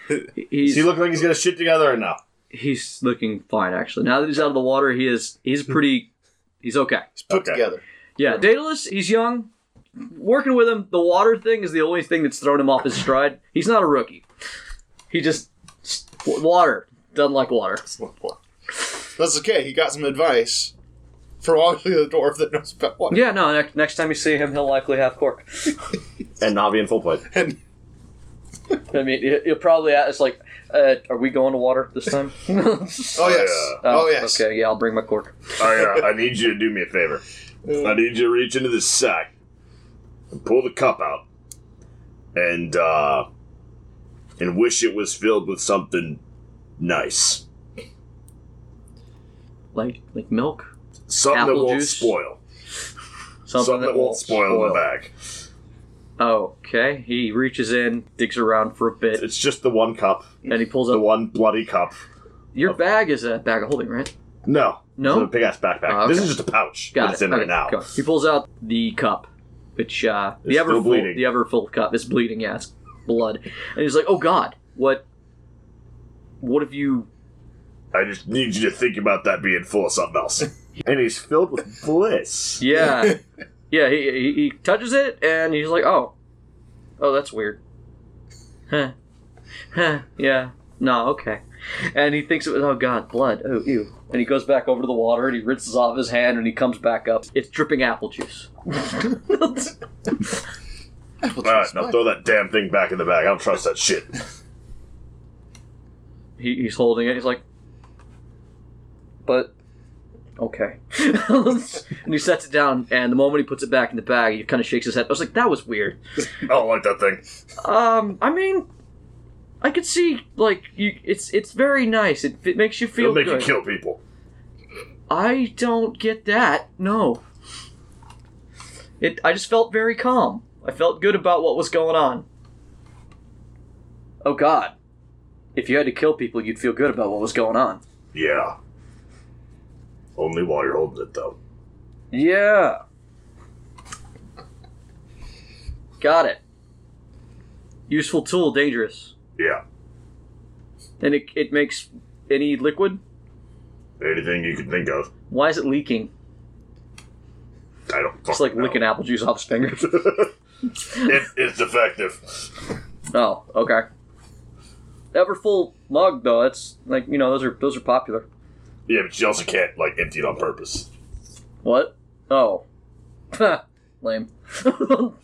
A: He-
C: Does
A: He's
C: he look like he's got his shit together or no?
A: he's looking fine actually. Now that he's out of the water, he is he's
C: Hmm.
A: pretty. He's okay.
B: It's put
C: Okay.
B: together.
A: Yeah,
C: Hmm.
A: Daedalus, he's young. Working with him, the water thing is the only thing that's thrown him off his stride. He's not a rookie. He just w- water doesn't like water.
B: That's okay. He got some advice from obviously the dwarf that knows about water.
A: Yeah, no. Next, next time you see him, he'll likely have cork.
C: And not being full plate.
B: And
A: I mean, he- he'll probably ask like, uh, "Are we going to water this time?" oh,
B: oh yes, oh yes.
A: Okay, yeah, I'll bring my cork.
C: I, uh, I need you to do me a favor. I need you to reach into this sack and pull the cup out, and uh, and wish it was filled with something nice,
A: Like like milk,
C: something
A: Apple
C: that won't
A: juice?
C: spoil,
A: something,
C: something that won't spoil, in the bag.
A: Okay, he reaches in, digs around for a bit,
C: It's just the one cup,
A: and he pulls
C: the
A: up.
C: one bloody cup.
A: Your bag is a bag of holding, right?
C: No.
A: No?
C: It's a big ass backpack.
A: Oh, okay.
C: This is just a pouch.
A: Got
C: that it's
A: it.
C: in
A: Okay,
C: right now.
A: go. He pulls out the cup, which uh, the
C: It's
A: ever
C: still
A: full,
C: bleeding.
A: the ever full cup is bleeding. Yeah, it's blood, and he's like, "Oh God, what? What have you?"
C: I just need you to think about that being full of something else. and he's filled with bliss.
A: Yeah, yeah. He, he he touches it, and he's like, "Oh, oh, that's weird." Huh? Huh? Yeah. No. Okay. And he thinks it was oh god blood oh ew and he goes back over to the water and he rinses off his hand and he comes back up it's dripping apple juice
C: All right, now throw that damn thing back in the bag. I don't trust that shit.
A: he, he's holding it. He's like, but okay. and he sets it down, and the moment he puts it back in the bag, he kind of shakes his head. I was like, that was weird.
C: I don't like that thing.
A: Um, I mean, I could see like you. It's it's very nice. It, it makes you feel
C: It'll make
A: good.
C: you kill people.
A: I don't get that. No. It. I just felt very calm. I felt good about what was going on. Oh God. If you had to kill people, you'd feel good about what was going on.
C: Yeah. Only while you're holding it, though.
A: Yeah. Got it. Useful tool, dangerous.
C: Yeah.
A: And it, it makes any liquid?
C: Anything you can think of.
A: Why is it leaking?
C: I don't
A: It's like
C: fucking know.
A: licking apple juice off his fingers.
C: It, it's defective.
A: oh, okay. Everfull mug though, that's like you know, those are those are popular.
C: Yeah, but you also can't, like, empty it on purpose.
A: What? Oh. Lame. Where the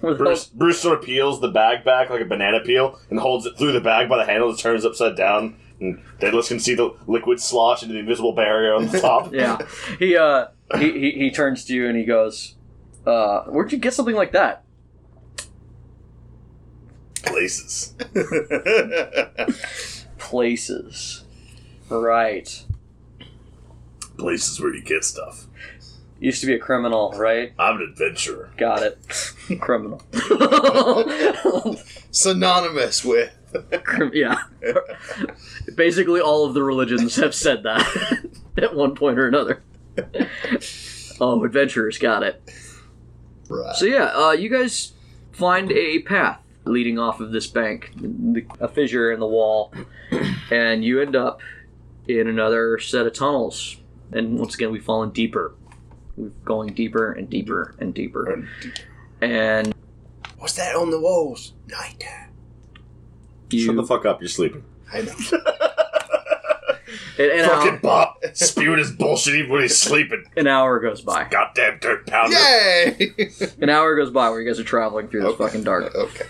C: Bruce,
A: hell's
C: Bruce sort of peels the bag back like a banana peel and holds it through the bag by the handle and turns it upside down. And Daedalus can see the liquid slosh into the invisible barrier on the top.
A: Yeah. He uh he, he, he turns to you and he goes, uh, where'd you get something like that?
C: Places.
A: Places. Right.
C: Places where you get stuff.
A: Used to be a criminal, right?
C: I'm an adventurer.
A: Got it. criminal.
B: Synonymous with.
A: Crim- yeah. Basically all of the religions have said that at one point or another. oh, adventurers got it.
B: Right.
A: So yeah, uh, you guys find a path leading off of this bank, the, a fissure in the wall, and you end up in another set of tunnels. And once again, we've fallen deeper. We're going deeper and deeper and deeper. And
B: What's that on the walls? Night.
C: Shut the
A: you
C: fuck up, you're sleeping.
B: I know.
A: an, an
C: Fucking
A: hour,
C: Bob spewing his bullshit even when he's sleeping.
A: an hour goes by.
C: Goddamn dirt pounder.
B: Yay!
A: An hour goes by where you guys are traveling through this
B: Okay.
A: fucking dark.
B: okay.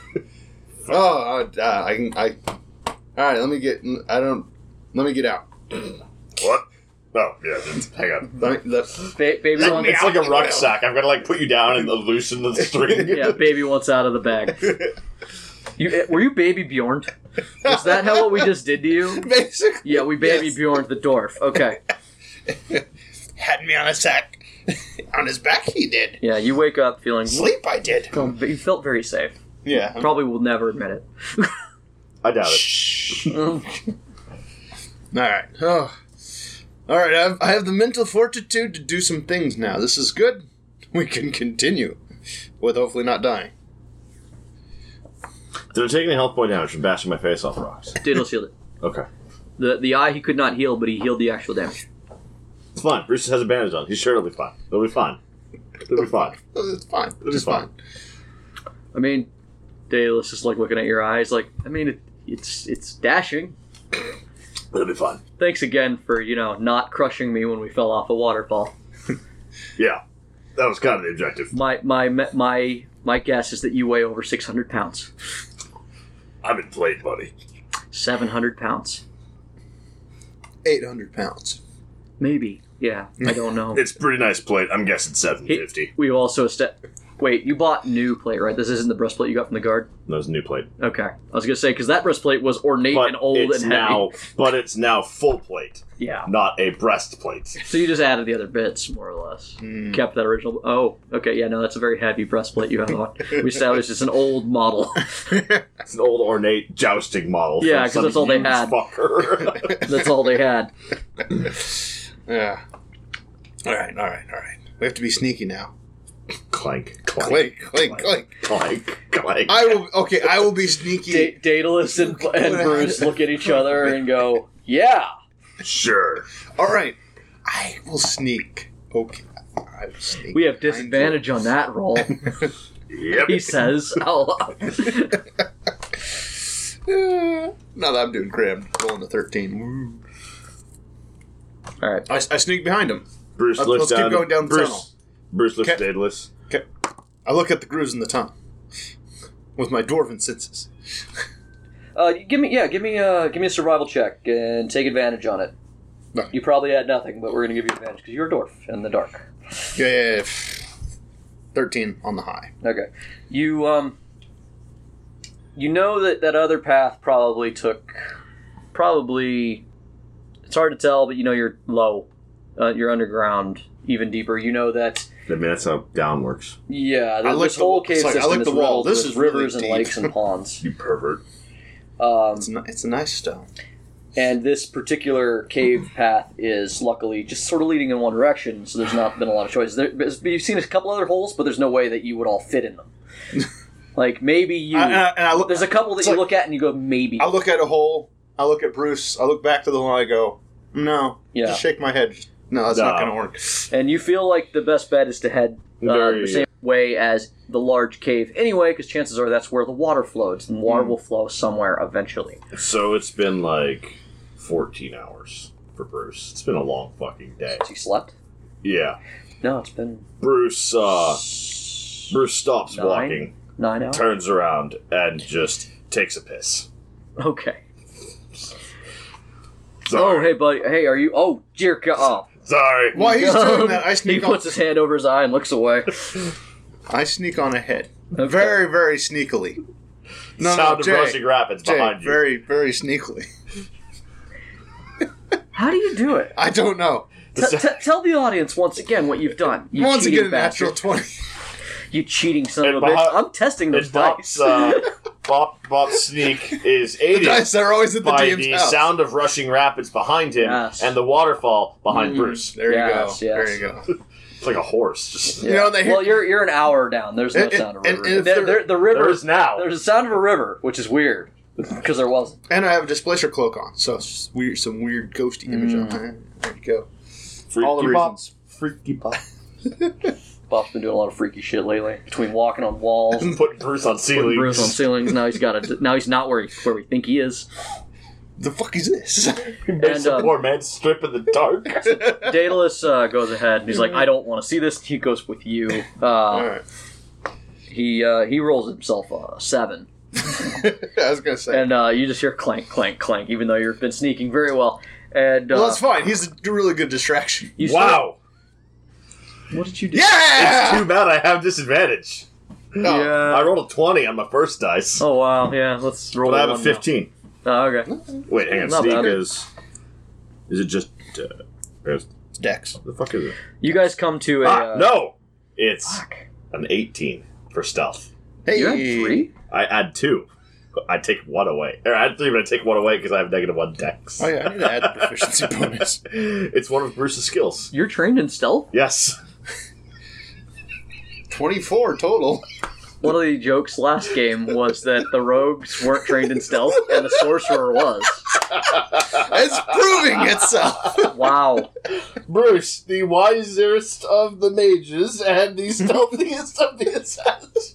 B: Oh, I, uh, I can. I. All right. Let me get. I don't. Let me get out.
C: What? Oh, yeah, just hang on.
B: Let me. Let,
A: Ba- baby,
B: Let
A: wants,
B: me
C: It's like a rucksack. I'm gonna like put you down and loosen the string.
A: yeah, baby wants out of the bag. You eh, were you baby Bjorn? Is that how what we just did to you?
B: basically,
A: Yeah, we baby
B: Yes.
A: Bjorn the dwarf. Okay.
B: had me on a sack, on his back. He did.
A: Yeah, you wake up feeling.
B: Sleep. I did.
A: You felt very safe.
B: Yeah.
A: Probably will never admit it.
C: I doubt it.
B: Shh.
A: Um,
B: All right. Oh. All right. I've, I have the mental fortitude to do some things now. This is good. We can continue with hopefully not dying.
C: They're taking a health point damage from bashing my face off rocks.
A: Daedalus healed it.
C: Okay.
A: The the eye he could not heal, but he healed the actual damage.
C: It's fine. Bruce has a bandage on. He's sure it'll be fine. It'll be fine. It'll be fine.
B: Oh, It's fine. It's,
C: It's
B: fine.
C: fine.
A: I mean, Daedalus is like looking at your eyes, like I mean, it, it's it's dashing.
C: It'll be fine.
A: Thanks again for you know not crushing me when we fell off a waterfall.
C: Yeah. That was kind of the objective.
A: My my my my guess is that you weigh over six hundred pounds,
C: I've been played, buddy.
A: seven hundred pounds,
B: Eight hundred pounds.
A: maybe. Yeah, I don't know.
C: It's pretty nice plate. I'm guessing
A: He-
C: 750.
A: We've also sta- wait. You bought new plate, right? This isn't the breastplate you got from the guard.
C: That was a new plate.
A: Okay, I was gonna say because that breastplate was ornate
C: But
A: and old and
C: it's
A: heavy.
C: now, but it's now full plate,
A: Yeah.
C: not a breastplate.
A: So you just added the other bits, more or less.
C: Hmm.
A: Kept that original. Oh, okay. Yeah, no, that's a very heavy breastplate you have on. we established it's an old model.
C: It's an old ornate jousting model. from
A: Yeah, 'cause
C: some
A: that's all they
C: huge
A: had.
C: Fucker.
A: that's all they had.
B: Yeah. All right. All right. All right. We have to be sneaky now.
C: clank, clank,
B: Clink. Clink. Clink.
C: clank, clank.
B: I will. Okay. I will be
A: Da-
B: sneaky.
A: Daedalus and, and Bruce look at each other and go, "Yeah."
C: sure.
B: All right. I will sneak. Okay. I will sneak.
A: We have
B: behind you.
A: disadvantage on that roll.
C: Yep.
A: He says, "Oh,
B: Yeah. Eh, Now that I'm doing cram, rolling the thirteen. Woo.
A: all right."
B: I, I sneak behind him.
C: Bruce
B: Let's-
C: looks
B: let's keep
C: down.
B: going down the
C: Bruce,
B: tunnel.
C: Bruce looks
B: Okay.
C: Daedalus.
B: I look at the grooves in the tunnel with my dwarven senses.
A: Uh, give me yeah, give me uh, give me a survival check and take advantage on it.
B: No.
A: You probably had nothing, but we're gonna give you advantage because you're a dwarf in the dark.
B: Yeah, yeah, yeah. Thirteen on the high.
A: Okay, you um, you know that that other path probably took probably it's hard to tell, but you know you're low, uh, you're underground, even deeper. You know that
C: I mean, that's how down works.
A: yeah, th-
B: I licked
A: this
B: the-
A: whole
B: it's
A: cave
B: like, I
A: system
B: licked
A: is
B: the wall.
A: riddled
B: This
A: with
B: is really
A: rivers
B: deep.
A: and lakes and ponds.
C: You pervert.
A: Um,
B: It's, ni- it's a nice stone.
A: And this particular cave path is luckily just sort of leading in one direction, so there's not been a lot of choices. There, but you've seen a couple other holes, but there's no way that you would all fit in them. like maybe you.
B: I- and I, and I look,
A: there's a couple that
B: Uh, it's
A: you
B: like-
A: look at and you go maybe.
B: I look at a hole. I look at Bruce. I look back to the hole. I go, no.
A: Yeah.
B: Just shake my head. No, that's not
C: No.
B: going to work.
A: and you feel like the best bet is to head uh,
C: Very-
A: the same way as the large cave anyway, because chances are that's where the water flows, and water will flow somewhere eventually.
C: So it's been like 14 hours for Bruce. It's been a long fucking day.
A: Has he slept?
C: Yeah.
A: No, it's been
C: Bruce, uh, Bruce stops
A: Nine?
C: walking
A: Nine hours.
C: turns around and just takes a piss.
A: Okay.
C: Sorry.
A: Oh, hey, buddy. Hey, are you? Oh, dear God.
C: Sorry.
B: While he's doing that, I
A: he
B: sneak on,
A: puts his hand over his eye and looks away.
B: I sneak on ahead,
A: Okay.
B: very very sneakily. No,
C: Sound
B: no,
C: of
B: Jay,
C: rushing rapids
B: Jay,
C: behind you.
B: very very sneakily.
A: How do you do it?
B: I don't know.
A: T- t- tell the audience once again what you've done. You
B: Once
A: cheating
B: again, a
A: bastard.
B: natural twenty.
A: You cheating son of a
C: And
A: bitch.
C: behi-
A: I'm testing those
C: And Bop's,
A: dice.
C: uh, Bop, Bop's sneak is
B: The
C: aided
B: dice are always at the
C: by
B: DM's
C: the
B: house.
C: sound of rushing rapids behind him
A: Yes.
C: and the waterfall behind Bruce.
B: There you
A: Yes,
B: go.
A: yes.
B: There you go.
C: It's like a horse. Just,
A: Yeah.
B: you know, they hear-
A: well, you're you're an hour down. There's no
B: And-
A: sound of a
B: and-
A: river.
B: and if
A: There-
B: there-
A: there- the river.
C: There is now.
A: There's a sound of a river, which is weird because there wasn't.
B: And I have a displacer cloak on, so it's just weird, some weird ghosty image on there. There you go.
C: Freaky
B: all the
C: Bop.
B: reasons.
C: Freaky Bop.
A: Bob's been doing a lot of freaky shit lately. Between walking on walls,
C: Putting Bruce on
A: putting
C: ceiling.
A: Bruce on ceilings. Now he's got a. Now he's not where he, where we think he is.
B: The fuck is this?
A: And
C: Some
A: um,
C: poor man strip in the dark.
A: Daedalus uh, goes ahead and he's like, "I don't want to see this." He goes with you.
B: All
A: Uh,
B: right.
A: he uh, he rolls himself a seven,
B: I was gonna say.
A: and uh, you just hear clank, clank, clank. Even though you've been sneaking very well, and uh,
B: well, that's fine. He's a really good distraction.
A: you start-
C: wow.
A: what did you do?
C: It's
B: Yeah.
C: too bad I have disadvantage.
B: No.
A: Yeah.
C: I rolled a 20 on my first dice.
A: Oh wow, yeah. Let's roll.
C: but I have a
A: one now.
C: 15.
A: Oh, okay.
C: Wait, hang on.
A: Not
C: sneak
A: bad.
C: is. Is it just. Uh, is-
B: It's Dex.
C: the fuck is it?
A: You guys come to a.
C: ah,
A: uh,
C: no! It's
A: Fuck.
C: an 18 for stealth.
B: Hey.
A: You had three?
C: I add two. I take one away. Or I add three, but I take one away because I have negative one dex.
B: Oh yeah, I need to add the proficiency bonus.
C: It's one of Bruce's skills.
A: You're trained in stealth?
C: Yes.
B: Twenty-four total.
A: One of the jokes last game was that the rogues weren't trained in stealth and the sorcerer was.
B: It's proving itself.
A: Wow.
C: Bruce, the wisest of the mages and the stealthiest of the assassins.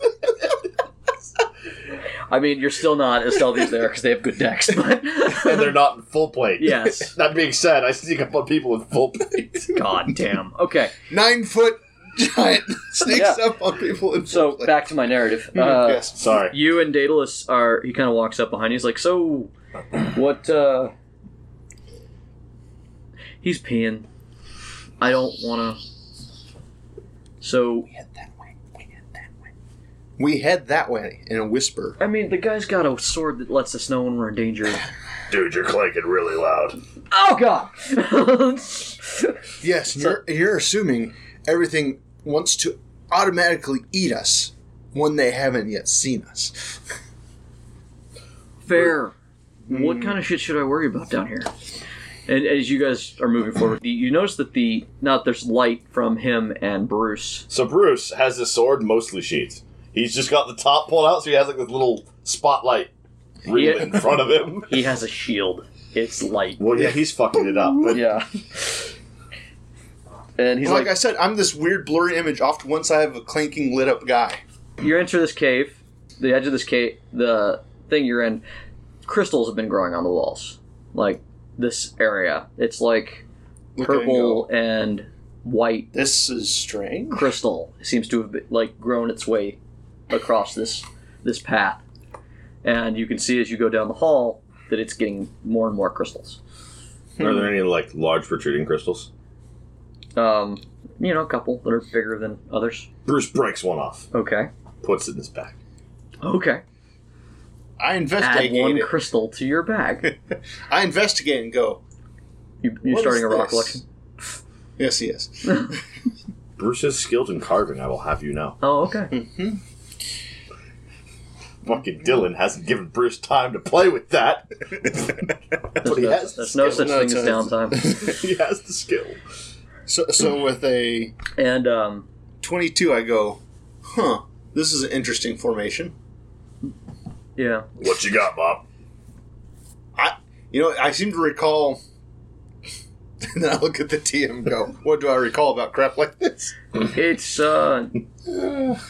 A: I mean, you're still not as stealthy as they are because they have good decks, but.
C: and they're not in full plate.
A: yes.
C: That being said, I sneak up on people in full plate.
A: God damn. Okay,
B: Nine-foot giant sneaks
A: Yeah.
B: up on people. In
A: so
B: full play.
A: back to my narrative. Uh,
B: yes.
C: Sorry.
A: You and Daedalus are. He kind of walks up behind you. He's like, so. What, uh. He's peeing. I don't want to. So
B: We head that way. We head that way. We head that way in a whisper.
A: I mean, the guy's got a sword that lets us know when we're in danger.
C: Dude, you're clanking really loud.
A: Oh God!
B: Yes, and you're, you're assuming everything wants to automatically eat us when they haven't yet seen us.
A: Fair. What kind of shit should I worry about down here? And as you guys are moving forward, the- you notice that the now that there's light from him and Bruce.
C: So Bruce has his sword mostly sheathed. He's just got the top pulled out, so he has like this little spotlight reel
A: Yeah.
C: in front of him.
A: He has a shield. It's light.
C: Well, yeah, he's fucking it up. But
A: Yeah. And he's
B: like,
A: like,
B: I said, I'm this weird blurry image off to one side of a clinking lit up guy.
A: "You enter this cave. The edge of this cave, the thing you're in, crystals have been growing on the walls. Like this area, it's like
B: Look at him go.
A: purple and white."
B: This is strange.
A: crystal seems to have been, like grown its way across this this path, and you can see as you go down the hall that it's getting more and more crystals.
C: are there any like large protruding crystals?
A: Um, you know, a couple that are bigger than others.
C: Bruce breaks one off,
A: Okay,
C: puts it in his back.
A: okay.
B: I
A: Add
B: investigate.
A: one
B: it.
A: crystal to your bag.
B: I investigate and go.
A: You, you're
B: "What
A: starting
B: is
A: a rock
B: this?"
A: collection.
B: Yes, he is.
C: Bruce is skilled in carving. I will have you know.
A: Oh, okay.
C: Fucking Dylan hasn't given Bruce time to play with that, but he
A: no-
C: has.
A: there's no
C: skill.
A: such
B: No,
A: thing as
B: it's a-
A: downtime.
C: he has the skill.
B: So, so with a
A: And um,
B: 22, I go, huh, this is an interesting formation.
A: yeah,
C: What you got, Bob?
B: I, you know, I seem to recall. and then I look at the TM and go, what do I recall about crap like this?
A: it's uh,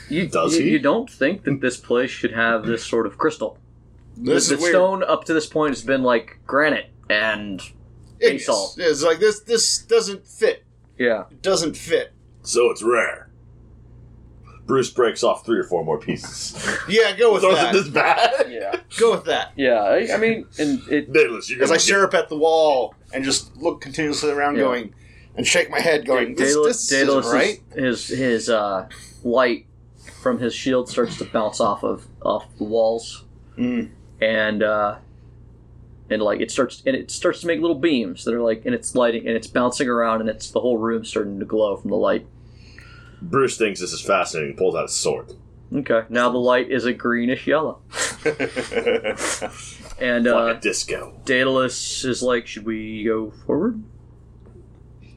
A: you,
C: Does
A: you,
C: he?
A: you don't think that this place should have this sort of crystal.
B: This
A: the
B: is
A: the
B: weird.
A: stone up to this point has been like granite and
B: Igneous.
A: basalt.
B: It's like this. This doesn't fit.
A: yeah
B: It doesn't fit.
C: So it's rare. Bruce breaks off three or four more pieces.
B: Yeah, go with
C: Throws it in
B: that.
C: his bag.
A: Yeah.
B: Go with that.
A: Yeah. I, I mean, and it.
C: Daedalus, you're
B: As I
C: gonna
B: stare up at the wall and just look continuously around,
A: Yeah.
B: going and shake my head, going, "This,
A: Daedalus,
B: this isn't
A: Daedalus is-
B: right."
A: his his uh, light from his shield starts to bounce off of off the walls,
B: Mm.
A: and uh, and like it starts and it starts to make little beams that are like and it's lighting and it's bouncing around and it's the whole room starting to glow from the light.
C: Bruce thinks this is fascinating. Pulls out his sword.
A: Okay, now the light is a greenish yellow, and
C: Like
A: uh,
C: a disco.
A: Daedalus is like, should we go forward? uh,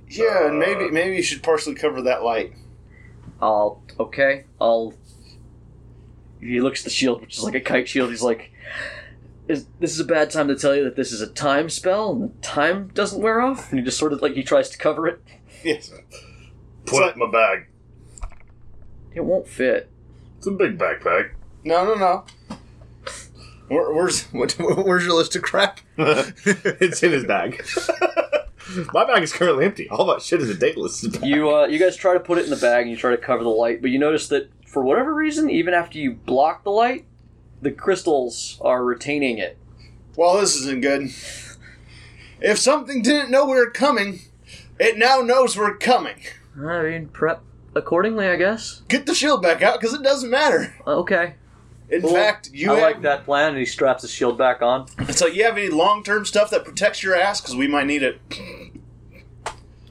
B: yeah, and maybe maybe you should partially cover that light.
A: I'll okay. I'll. He looks at the shield, which is like a kite shield. He's like, is, "This is a bad time to tell you that this is a time spell, and the time doesn't wear off." And he just sort of like he tries to cover it.
B: Yes.
C: Put it in my bag.
A: It won't fit.
C: It's a big backpack.
B: No, no, no. Where, where's what, where's your list of crap?
C: it's in his bag. my bag is currently empty. All that shit is a Daedalus.
A: You uh, you guys try to put it in the bag and you try to cover the light, but you notice that for whatever reason, even after you block the light, the crystals are retaining it.
B: Well, this isn't good. If something didn't know we were coming, it now knows we're coming.
A: I mean, prep accordingly, I guess. Uh,
B: Get the shield back out because it doesn't matter.
A: Okay.
B: In
A: Well,
B: fact, you
A: I
B: have,
A: like that plan, and he straps his shield back on.
B: So you have any long term stuff that protects your ass because we might need it.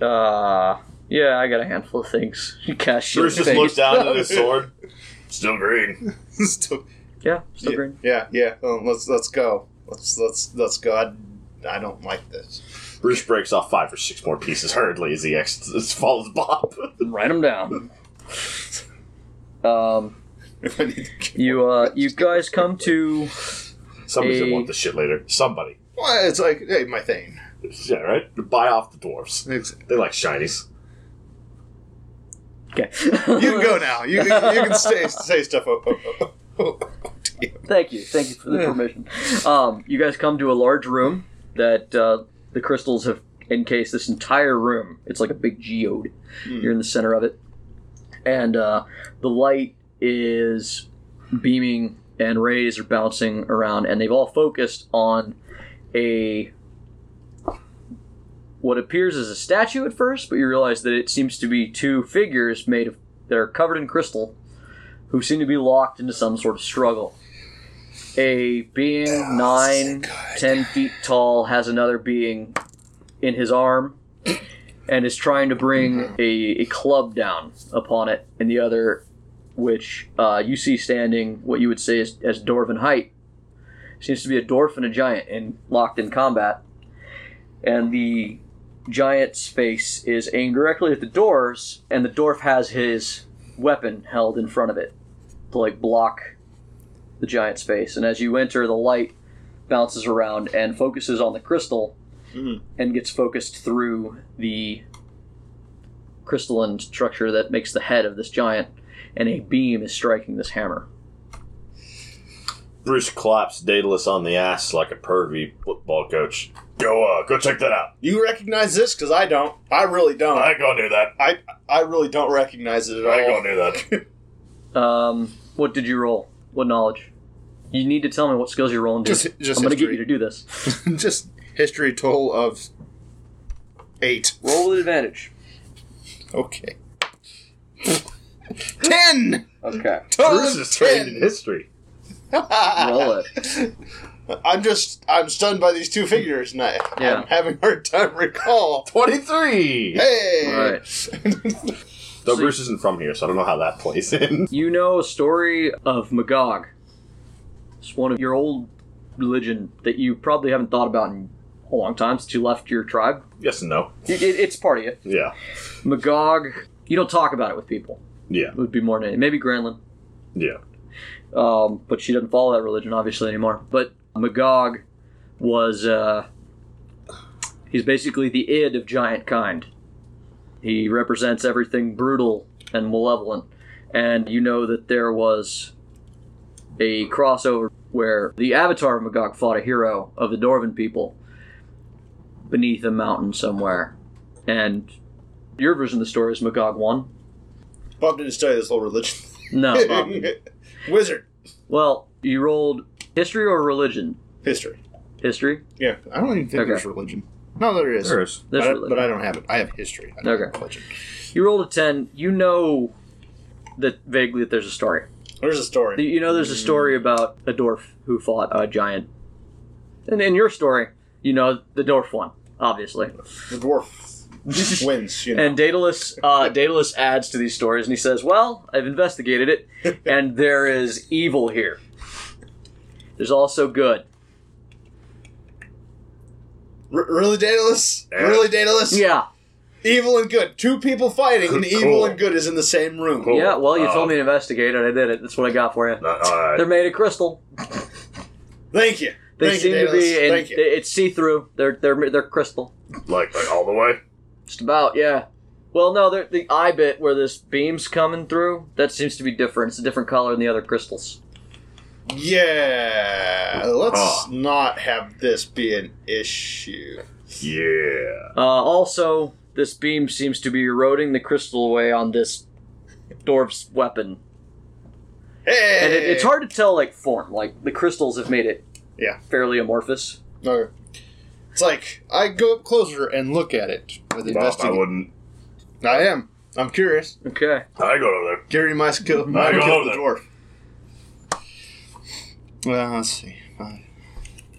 A: Uh, yeah, I got a handful of things. Cash
C: Bruce just looks down at his sword. Still green.
B: Still-
A: Yeah, still
B: yeah,
A: green.
B: yeah, yeah. Um, let's let's go. Let's let's let's go. I, I don't like this.
C: Bruce breaks off five or six more pieces hurriedly as he exits, follows Bob.
A: Write them down. Um,
B: If I need to-
A: you uh, you guys come to
C: Somebody's
A: Hey.
C: gonna want this shit later. Somebody.
B: Well, it's like hey, my thing.
C: Yeah, right? Buy off the dwarves.
B: It's-
C: They like shinies.
A: okay.
B: You can go now. You can, you can stay say stuff. Oh, oh, oh, oh.
A: Thank you, thank you for the permission. Um, you guys come to a large room that uh, the crystals have encased this entire room. It's like a big geode.
C: Hmm.
A: You're in the center of it, and uh, the light is beaming, and rays are bouncing around, and they've all focused on a what appears as a statue at first, but you realize that it seems to be two figures made of that are covered in crystal, who seem to be locked into some sort of struggle. A being nine, ten feet tall has another being in his arm and is trying to bring a, a club down upon it, and the other, which uh, you see standing what you would say is as dwarven height, seems to be a dwarf and a giant in locked in combat, and the giant's face is aimed directly at the doors, and the dwarf has his weapon held in front of it to like block the giant's face, and as you enter, the light bounces around and focuses on the crystal. And gets focused through the crystalline structure that makes the head of this giant, and a beam is striking this hammer.
C: Bruce claps Daedalus on the ass like a pervy football coach. Go uh, go check that out.
B: You recognize this because I don't. I really don't.
C: I
B: I,
C: ain't gonna do that.
B: I really don't recognize it at all.
C: I ain't gonna do that.
A: Um, what did you roll? What knowledge? You need to tell me what skills you're rolling. Dude.
B: Just- just
A: I'm gonna get
B: history.
A: you to do this.
B: just history total of eight.
A: Roll with advantage.
B: Okay. ten.
A: Okay.
B: Total
C: Bruce
B: of
C: is trained in
B: ten.
C: history.
A: Roll it.
B: I'm just I'm stunned by these two figures, and I,
A: Yeah.
B: I'm having a hard time recall.
C: Twenty three.
B: Hey.
A: All right.
C: Though
A: So-
C: Bruce isn't from here, so I don't know how that plays in.
A: You know a story of Magog. It's one of your old religion that you probably haven't thought about in a long time since you left your tribe.
C: yes and no.
A: It, it, it's part of you.
C: Yeah.
A: Magog. You don't talk about it with people.
C: Yeah.
A: would be more than maybe Granlin.
C: Yeah.
A: um, but she doesn't follow that religion obviously anymore. But Magog was uh, he's basically the id of giant kind. He represents everything brutal and malevolent, and you know that there was a crossover where the avatar of Magog fought a hero of the Dwarven people beneath a mountain somewhere, and your version of the story is Magog won.
B: Bob didn't study this whole religion.
A: No. Oh, Bob.
B: Wizard.
A: well, you rolled history or religion?
B: History.
A: History.
B: Yeah, I don't even think
A: Okay.
B: there's religion. No, there is.
C: There is.
A: There's
B: but, I,
A: religion.
B: but I don't have it. I have history. I don't
A: Okay.
B: have religion.
A: You rolled a ten. You know that vaguely that there's a story.
B: There's a story.
A: You know there's a story
B: Mm.
A: about a dwarf who fought a giant. And in your story, you know the dwarf won, obviously.
B: The dwarf wins. You know.
A: And Daedalus, uh, Daedalus adds to these stories, and he says, "Well, I've investigated it, and there is evil here. There's also good.
B: R- really, Daedalus? Really, Daedalus?
A: Yeah,
B: Evil and good. Two people fighting, and evil
C: Cool.
B: and good is in the same room.
C: Cool.
A: yeah. Well, you
C: Uh,
A: told me to investigate, and I did it. That's what I got for you.
C: Not- Uh, all
A: They're
C: right.
A: made of crystal.
B: Thank you.
A: They
B: Thank
A: seem
B: you,
A: to be.
B: Daedalus.
A: In,
B: Thank you.
A: It's see through. They're they're they're crystal.
C: Like, like all the way.
A: Just about. Yeah. Well, no, they're- the eye bit where this beam's coming through that seems to be different. It's a different color than the other crystals.
B: Yeah. Let's
C: Ah.
B: not have this be an issue.
C: Yeah.
A: Uh, also, this beam seems to be eroding the crystal away on this dwarf's weapon.
B: Hey!
A: and it, it's hard to tell like form like the crystals have made it
B: Yeah.
A: fairly amorphous
B: Okay. It's like I go up closer and look at it with
C: Well, I
B: investigation.
C: wouldn't.
B: I, am. I'm curious.
A: okay
C: I go over there.
B: Gary my skill.
C: I
B: My
C: go
B: kill the
C: there.
B: dwarf. Well, let's see. Five.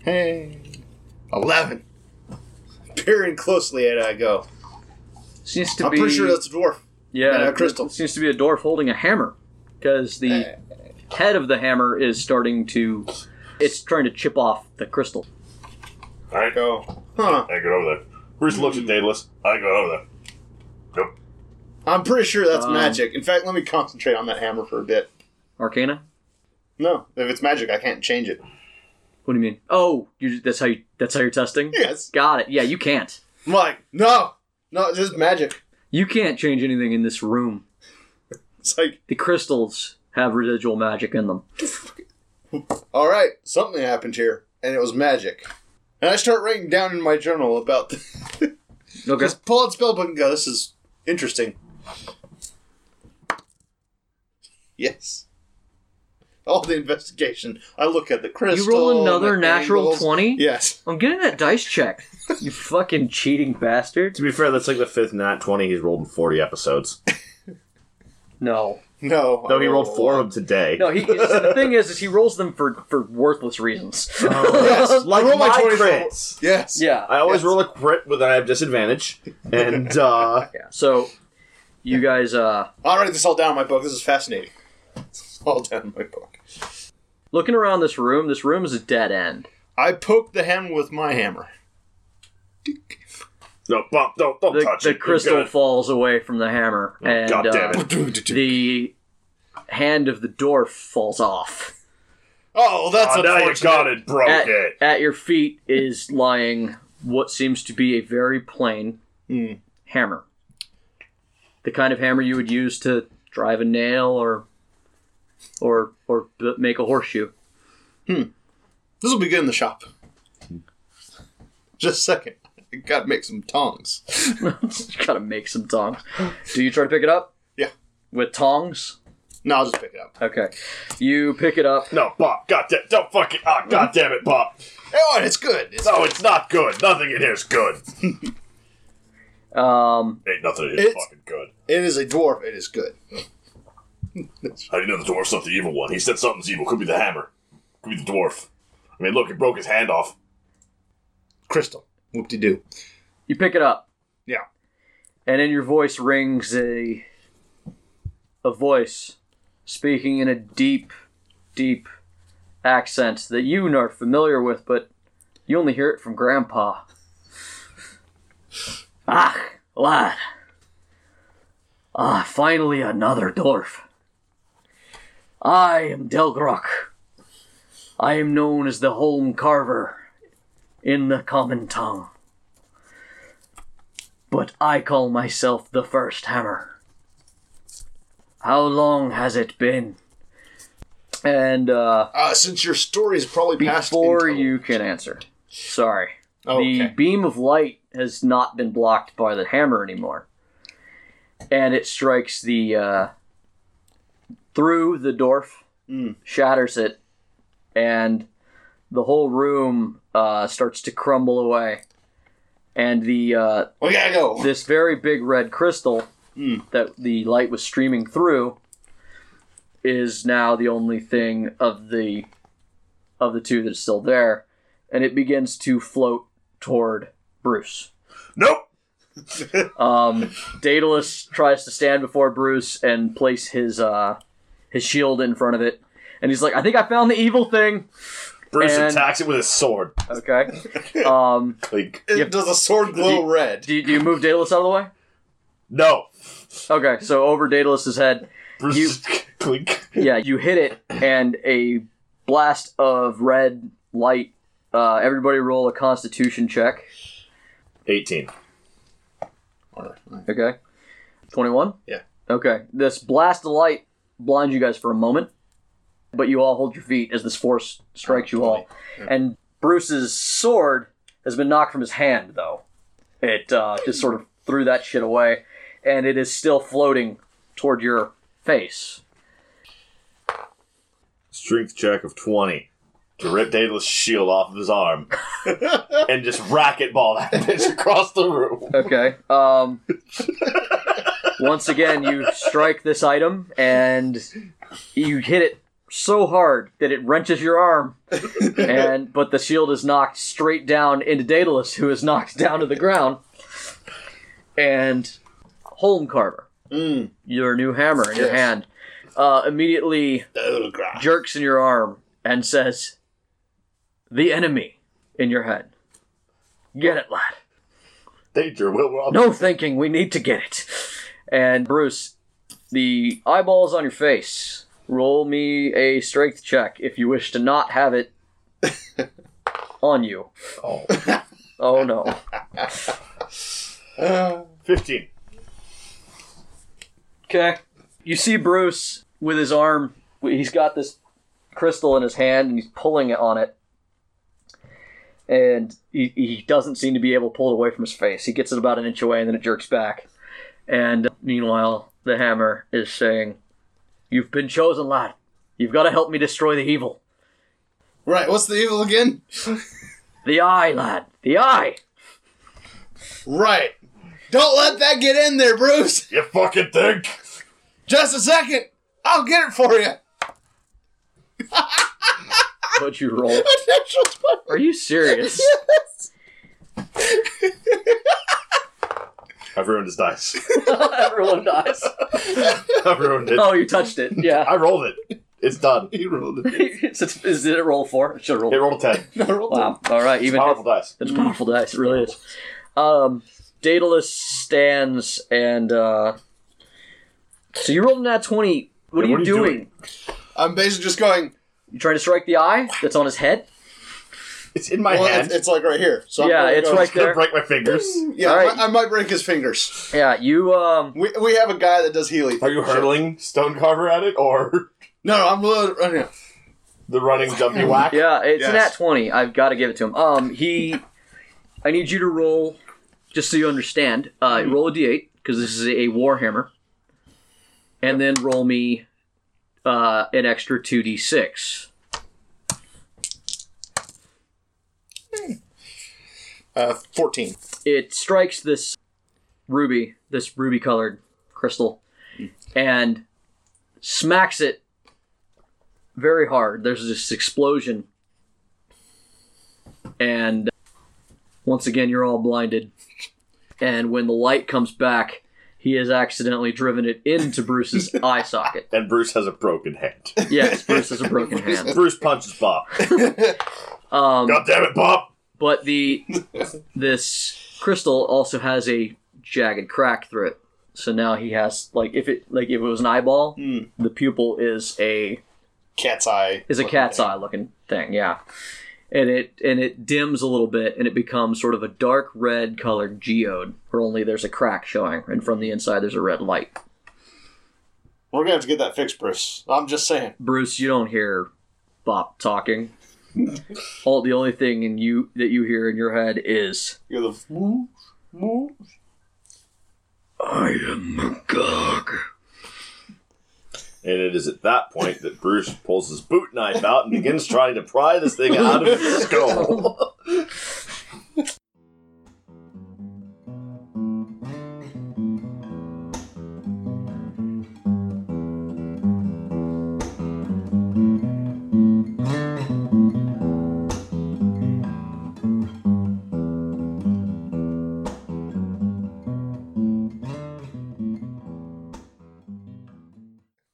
B: Hey, eleven. Peering closely at it, I go.
A: seems to
B: I'm
A: be
B: pretty sure that's a dwarf.
A: yeah
B: uh,
A: it
B: crystal.
A: seems to be a dwarf holding a hammer because the head of the hammer is starting to it's trying to chip off the crystal
C: All right.
B: Go, huh?
C: I go over there. Bruce looks
A: Mm-hmm.
C: at Daedalus. I go over there. Nope.
B: I'm pretty sure that's
A: Um,
B: magic. In fact, let me concentrate on that hammer for a bit.
A: arcana
B: No, if it's magic, I can't change it.
A: what do you mean oh you that's how you that's how you're testing
B: Yes.
A: got it yeah you can't
B: I'm like, no, no, it's just magic.
A: you can't change anything in this room
B: It's like,
A: the crystals have residual magic in them
B: all right, something happened here, and it was magic. And I start writing down in my journal about the
A: okay
B: Just pull out spellbook and go, this is interesting. Yes. All the investigation. I look at the crystal.
A: you roll another
B: the
A: natural
B: angles.
A: 20
B: Yes.
A: I'm getting that dice check. You fucking cheating bastard.
C: To be fair, that's like the fifth nat 20 he's rolled in 40 episodes.
A: No.
B: No.
C: Though he
B: I
C: rolled four of them today.
A: No, he, the thing is, is he rolls them for, for worthless reasons.
B: Yes.
C: Like
B: I roll my
C: my
B: 20 for-
C: crits.
B: Yes.
A: yeah.
C: I always roll a crit when I have disadvantage. And, uh,
A: So, you guys, uh,
B: I'll write this all down in my book. This is fascinating. It's all down in my book.
A: looking around this room, this room is a dead end.
B: I poked the hammer with my hammer.
C: no, Bob, don't, don't
A: The,
C: touch
A: the
C: it. You're
A: crystal
C: good.
A: falls away from the hammer, and
C: God
B: Oh,
C: damn
A: uh,
C: it.
A: the hand of the dwarf falls off.
B: Oh, that's
C: Oh, now you
B: unfortunate.
C: got it, broke
A: At,
C: it.
A: at your feet is lying what seems to be a very plain
B: Hmm.
A: hammer. The kind of hammer you would use to drive a nail or or or b- make a horseshoe.
B: This will be good in the shop. Just a second. I gotta make some tongs.
A: Just gotta make some tongs. Do you try to pick it up?
B: Yeah.
A: With tongs?
B: No, I'll just pick it up.
A: Okay. You pick it up.
C: No, Bob, god damn, don't fuck it. Ah, god damn it, Bob.
B: Hey, what? It's good. It's
C: No, it's not good. Nothing in here's good.
A: Um,
C: Ain't nothing in here's
B: It's-
C: fucking good.
B: It is a dwarf. It is good.
C: How do you know the dwarf's not the evil one? He said something's evil. Could be the hammer. Could be the dwarf. I mean, look, he broke his hand off.
B: Crystal. Whoop de doo.
A: you pick it up,
B: Yeah.
A: and in your voice rings a a voice speaking in a deep, deep accent that you are familiar with, but you only hear it from Grandpa. Ah, lad. Ah, finally another dwarf. I am Delgrok. I am known as the Holm Carver in the common tongue. But I call myself the first hammer. How long has it been? And uh
B: Uh, since your story is probably past
A: before
B: in total-
A: you can answer. Sorry.
B: Oh,
A: The
B: okay.
A: beam of light has not been blocked by the hammer anymore. And it strikes the uh, through the dwarf,
B: Hmm.
D: Mm.
A: shatters it, and the whole room uh, starts to crumble away. And the uh,
D: We gotta go.
A: this very big red crystal
D: Mm.
A: that the light was streaming through is now the only thing of the of the two that's still there, and it begins to float toward Bruce.
B: Nope.
A: Um, Daedalus tries to stand before Bruce and place his uh, his shield in front of it, and he's like, "I think I found the evil thing."
E: Bruce
A: And-
E: attacks it with his sword.
A: Okay. Um,
E: Clink.
B: It
A: Yep.
B: does a sword glow
A: You-
B: red.
A: do, you, do you move Daedalus out of the way?
E: No.
A: Okay, so over Daedalus's head,
E: Bruce
A: You-
E: clink.
A: yeah, you hit it, and a blast of red light. Uh, everybody roll a Constitution check.
C: 18.
A: Okay, twenty-one.
B: Yeah.
A: Okay, this blast of light blinds you guys for a moment, but you all hold your feet as this force strikes you all. And Bruce's sword has been knocked from his hand, though. It uh, just sort of threw that shit away, and it is still floating toward your face.
C: Strength check of 20 to rip Daedalus' shield off of his arm and just racquetball that bitch across the room.
A: Okay. Um, once again, you strike this item and you hit it so hard that it wrenches your arm, and but the shield is knocked straight down into Daedalus, who is knocked down to the ground. And Holm Carver,
D: Mm.
A: your new hammer in your hand, uh, immediately
D: Oh, God.
A: jerks in your arm and says, "The enemy in your head. Get it, lad."
C: Danger, Will Robinson.
A: no thinking we need to get it and bruce the eyeballs on your face roll me a strength check if you wish to not have it on you
E: Oh.
A: oh no
B: Uh,
C: 15.
A: okay you see bruce with his arm he's got this crystal in his hand and he's pulling it on it and he, he doesn't seem to be able to pull it away from his face he gets it about an inch away and then it jerks back and meanwhile the hammer is saying you've been chosen lad you've got to help me destroy the evil
B: Right. What's the evil again?
A: the eye lad the eye
B: Right. Don't let that get in there, Bruce.
C: You fucking think?
B: Just a second. I'll get it for you.
A: what'd you roll
B: Natural 20.
A: are you serious
C: I've ruined his dice.
A: everyone dies
C: I've ruined it.
A: oh you touched it yeah
C: I rolled it. It's done.
B: He rolled it.
A: It's- it's- is, did it roll four it should have rolled
C: It rolled a 10.
B: I rolled it.
A: Wow. All right. Even
C: Powerful dice.
A: it's powerful dice. It really is. Um, Daedalus stands and uh, so you rolled a nat twenty. What
C: Yeah,
A: are you doing?
B: I'm basically just going.
A: You trying to strike the eye that's on his head?
C: It's in my
B: well,
C: hand.
B: it's, it's like right here. So
A: Yeah,
B: I'm gonna
A: it's
B: go-
A: right
C: It's gonna
A: there.
C: break my fingers.
B: Yeah,
A: All
B: I
A: right.
B: might- I might break his fingers.
A: Yeah. You um.
B: We, we have a guy that does healing.
C: Are you hurling Stone Carver at it or
B: No, no, I'm really right here.
C: the running jumpy whack?
A: Yeah. It's a
B: Yes.
A: nat twenty. I've got to give it to him. Um. He. I need you to roll, just so you understand. Uh,
B: Mm-hmm.
A: roll a d8 because this is a warhammer, and then roll me uh, an extra two d6.
B: Uh, 14.
A: it strikes this ruby, this ruby colored crystal,
B: Hmm.
A: and smacks it very hard. There's this explosion. And once again, you're all blinded. And when the light comes back, he has accidentally driven it into Bruce's eye socket.
C: And Bruce has a broken hand.
A: Yes, Bruce has a broken hand.
C: Bruce punches Bob.
A: Um,
C: God damn it, Bob!
A: but the this crystal also has a jagged crack through it so now he has like if it like if it was an eyeball the pupil is a
B: Cat's eye.
A: is a cat's eye looking thing yeah and it and it dims a little bit and it becomes sort of a dark red colored geode where only there's a crack showing and from the inside there's a red light
B: We're gonna have to get that fixed, Bruce. I'm just saying.
A: bruce you don't hear bop talking all the only thing in you that you hear in your head is
B: You're the woo, woo.
A: I am Magog.
C: And it is at that point that Bruce pulls his boot knife out and begins trying to pry this thing out of its skull.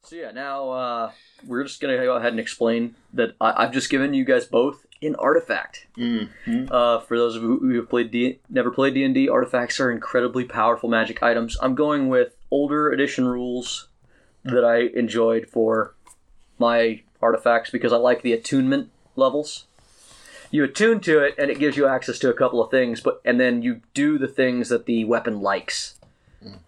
A: So yeah, now uh, we're just gonna go ahead and explain that I- I've just given you guys both an artifact.
B: Hmm.
A: Uh, for those of you who have played D- never played D and D, artifacts are incredibly powerful magic items. I'm going with older edition rules that I enjoyed for my artifacts because I like the attunement levels. You attune to it, and it gives you access to a couple of things, but and then you do the things that the weapon likes.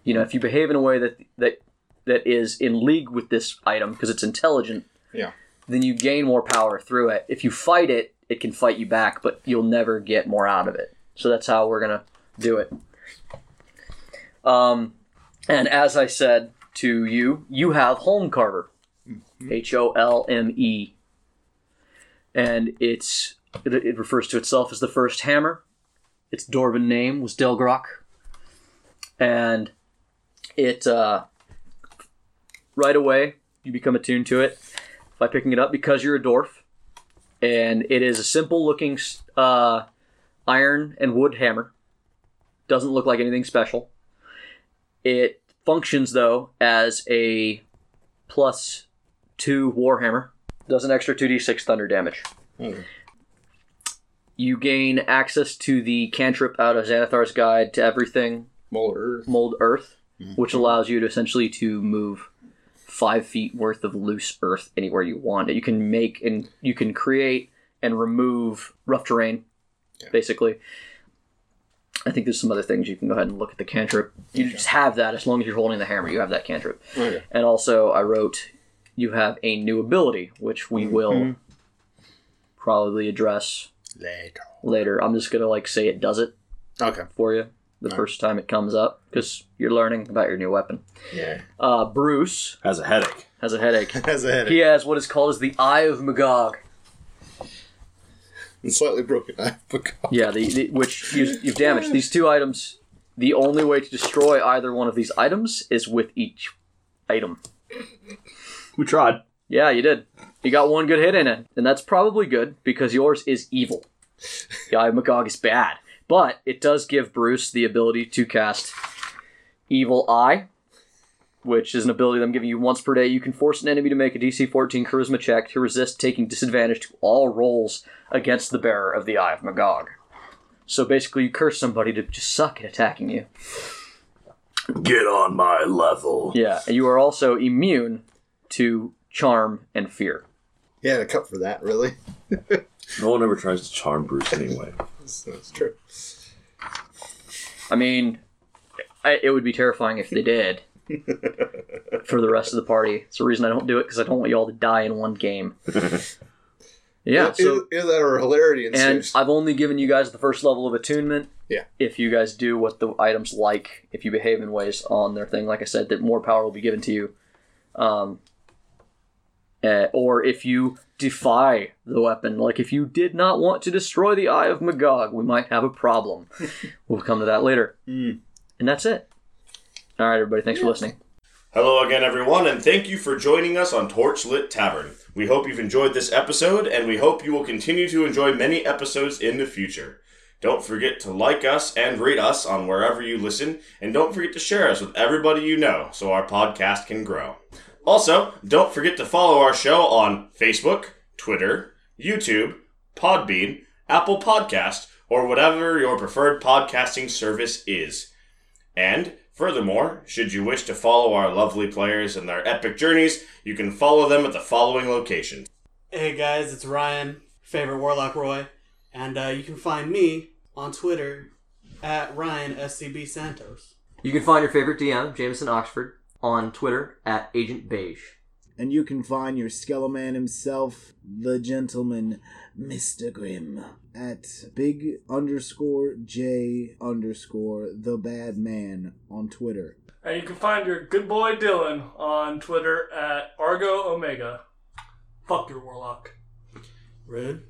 A: You know, if you behave in a way that that that is in league with this item because it's intelligent,
B: Yeah.
A: then you gain more power through it. If you fight it, it can fight you back, but you'll never get more out of it. So that's how we're gonna do it. Um, and as I said to you, you have Holm Carver, H O L M E, and it's it, it refers to itself as the first hammer. Its Dwarven name was Delgrok, and it uh, right away. You become attuned to it by picking it up because you're a dwarf, and it is a simple looking uh, iron and wood hammer. Doesn't look like anything special. It functions though as a plus two warhammer. Does an extra two d six thunder damage. You gain access to the cantrip out of Xanathar's Guide to Everything
B: Mold Earth.
A: mold earth, which allows you to essentially to move five feet worth of loose earth anywhere you want. You can make and you can create and remove rough terrain, basically. I think there's some other things you can go ahead and look at the cantrip. You just have that as long as you're holding the hammer, you have that cantrip.
B: Okay.
A: And also, I wrote you have a new ability, which we will probably address
B: Later.
A: later. I'm just gonna like say it does it
B: Okay.
A: for you the first time it comes up because you're learning about your new weapon.
B: Yeah.
A: Uh, Bruce
C: Has a headache.
A: has a headache.
B: Has a headache.
A: he has what is called as the Eye of Magog.
B: And slightly broken. I forgot.
A: Yeah, the, the, which you, you've damaged. These two items. The only way to destroy either one of these items is with each item.
E: We tried.
A: Yeah, you did. You got one good hit in it, and that's probably good because yours is evil. The Eye of Magog is bad, but it does give Bruce the ability to cast Evil Eye, which is an ability that I'm giving you once per day. You can force an enemy to make a DC 14 Charisma check to resist taking disadvantage to all rolls against the bearer of the Eye of Magog. So basically, you curse somebody to just suck at attacking you.
C: Get on my level.
A: Yeah, and you are also immune to charm and fear.
B: He had a cup for that, really.
C: No one ever tries to charm Bruce anyway.
B: That's, that's true.
A: I mean, I, it would be terrifying if they did for the rest of the party. It's the reason I don't do it because I don't want you all to die in one game. yeah. So,
B: either, either that or hilarity
A: and
B: ensues.
A: I've only given you guys the first level of attunement.
B: Yeah.
A: If you guys do what the items like, if you behave in ways on their thing, like I said, that more power will be given to you. Um, uh, or if you defy the weapon, like if you did not want to destroy the Eye of Magog, we might have a problem. we'll come to that later. And that's it. All right, everybody. Thanks for listening.
C: Hello again, everyone, and thank you for joining us on Torchlit Tavern. We hope you've enjoyed this episode, and we hope you will continue to enjoy many episodes in the future. Don't forget to like us and rate us on wherever you listen, and don't forget to share us with everybody you know so our podcast can grow. Also, don't forget to follow our show on Facebook, Twitter, YouTube, Podbean, Apple Podcast, or whatever your preferred podcasting service is. And furthermore, should you wish to follow our lovely players and their epic journeys, you can follow them at the following locations.
F: Hey guys, it's Ryan, favorite Warlock Roy, and uh, you can find me on Twitter at Ryan SCB Santos.
A: You can find your favorite DM, Jameson Oxford, on Twitter at Agent Beige.
G: and you can find your Skeleman himself, the gentleman, Mr. Grimm, at big underscore J underscore the bad man on Twitter.
H: And you can find your good boy Dylan on Twitter at Argo Omega. Fuck your warlock.
F: Rude.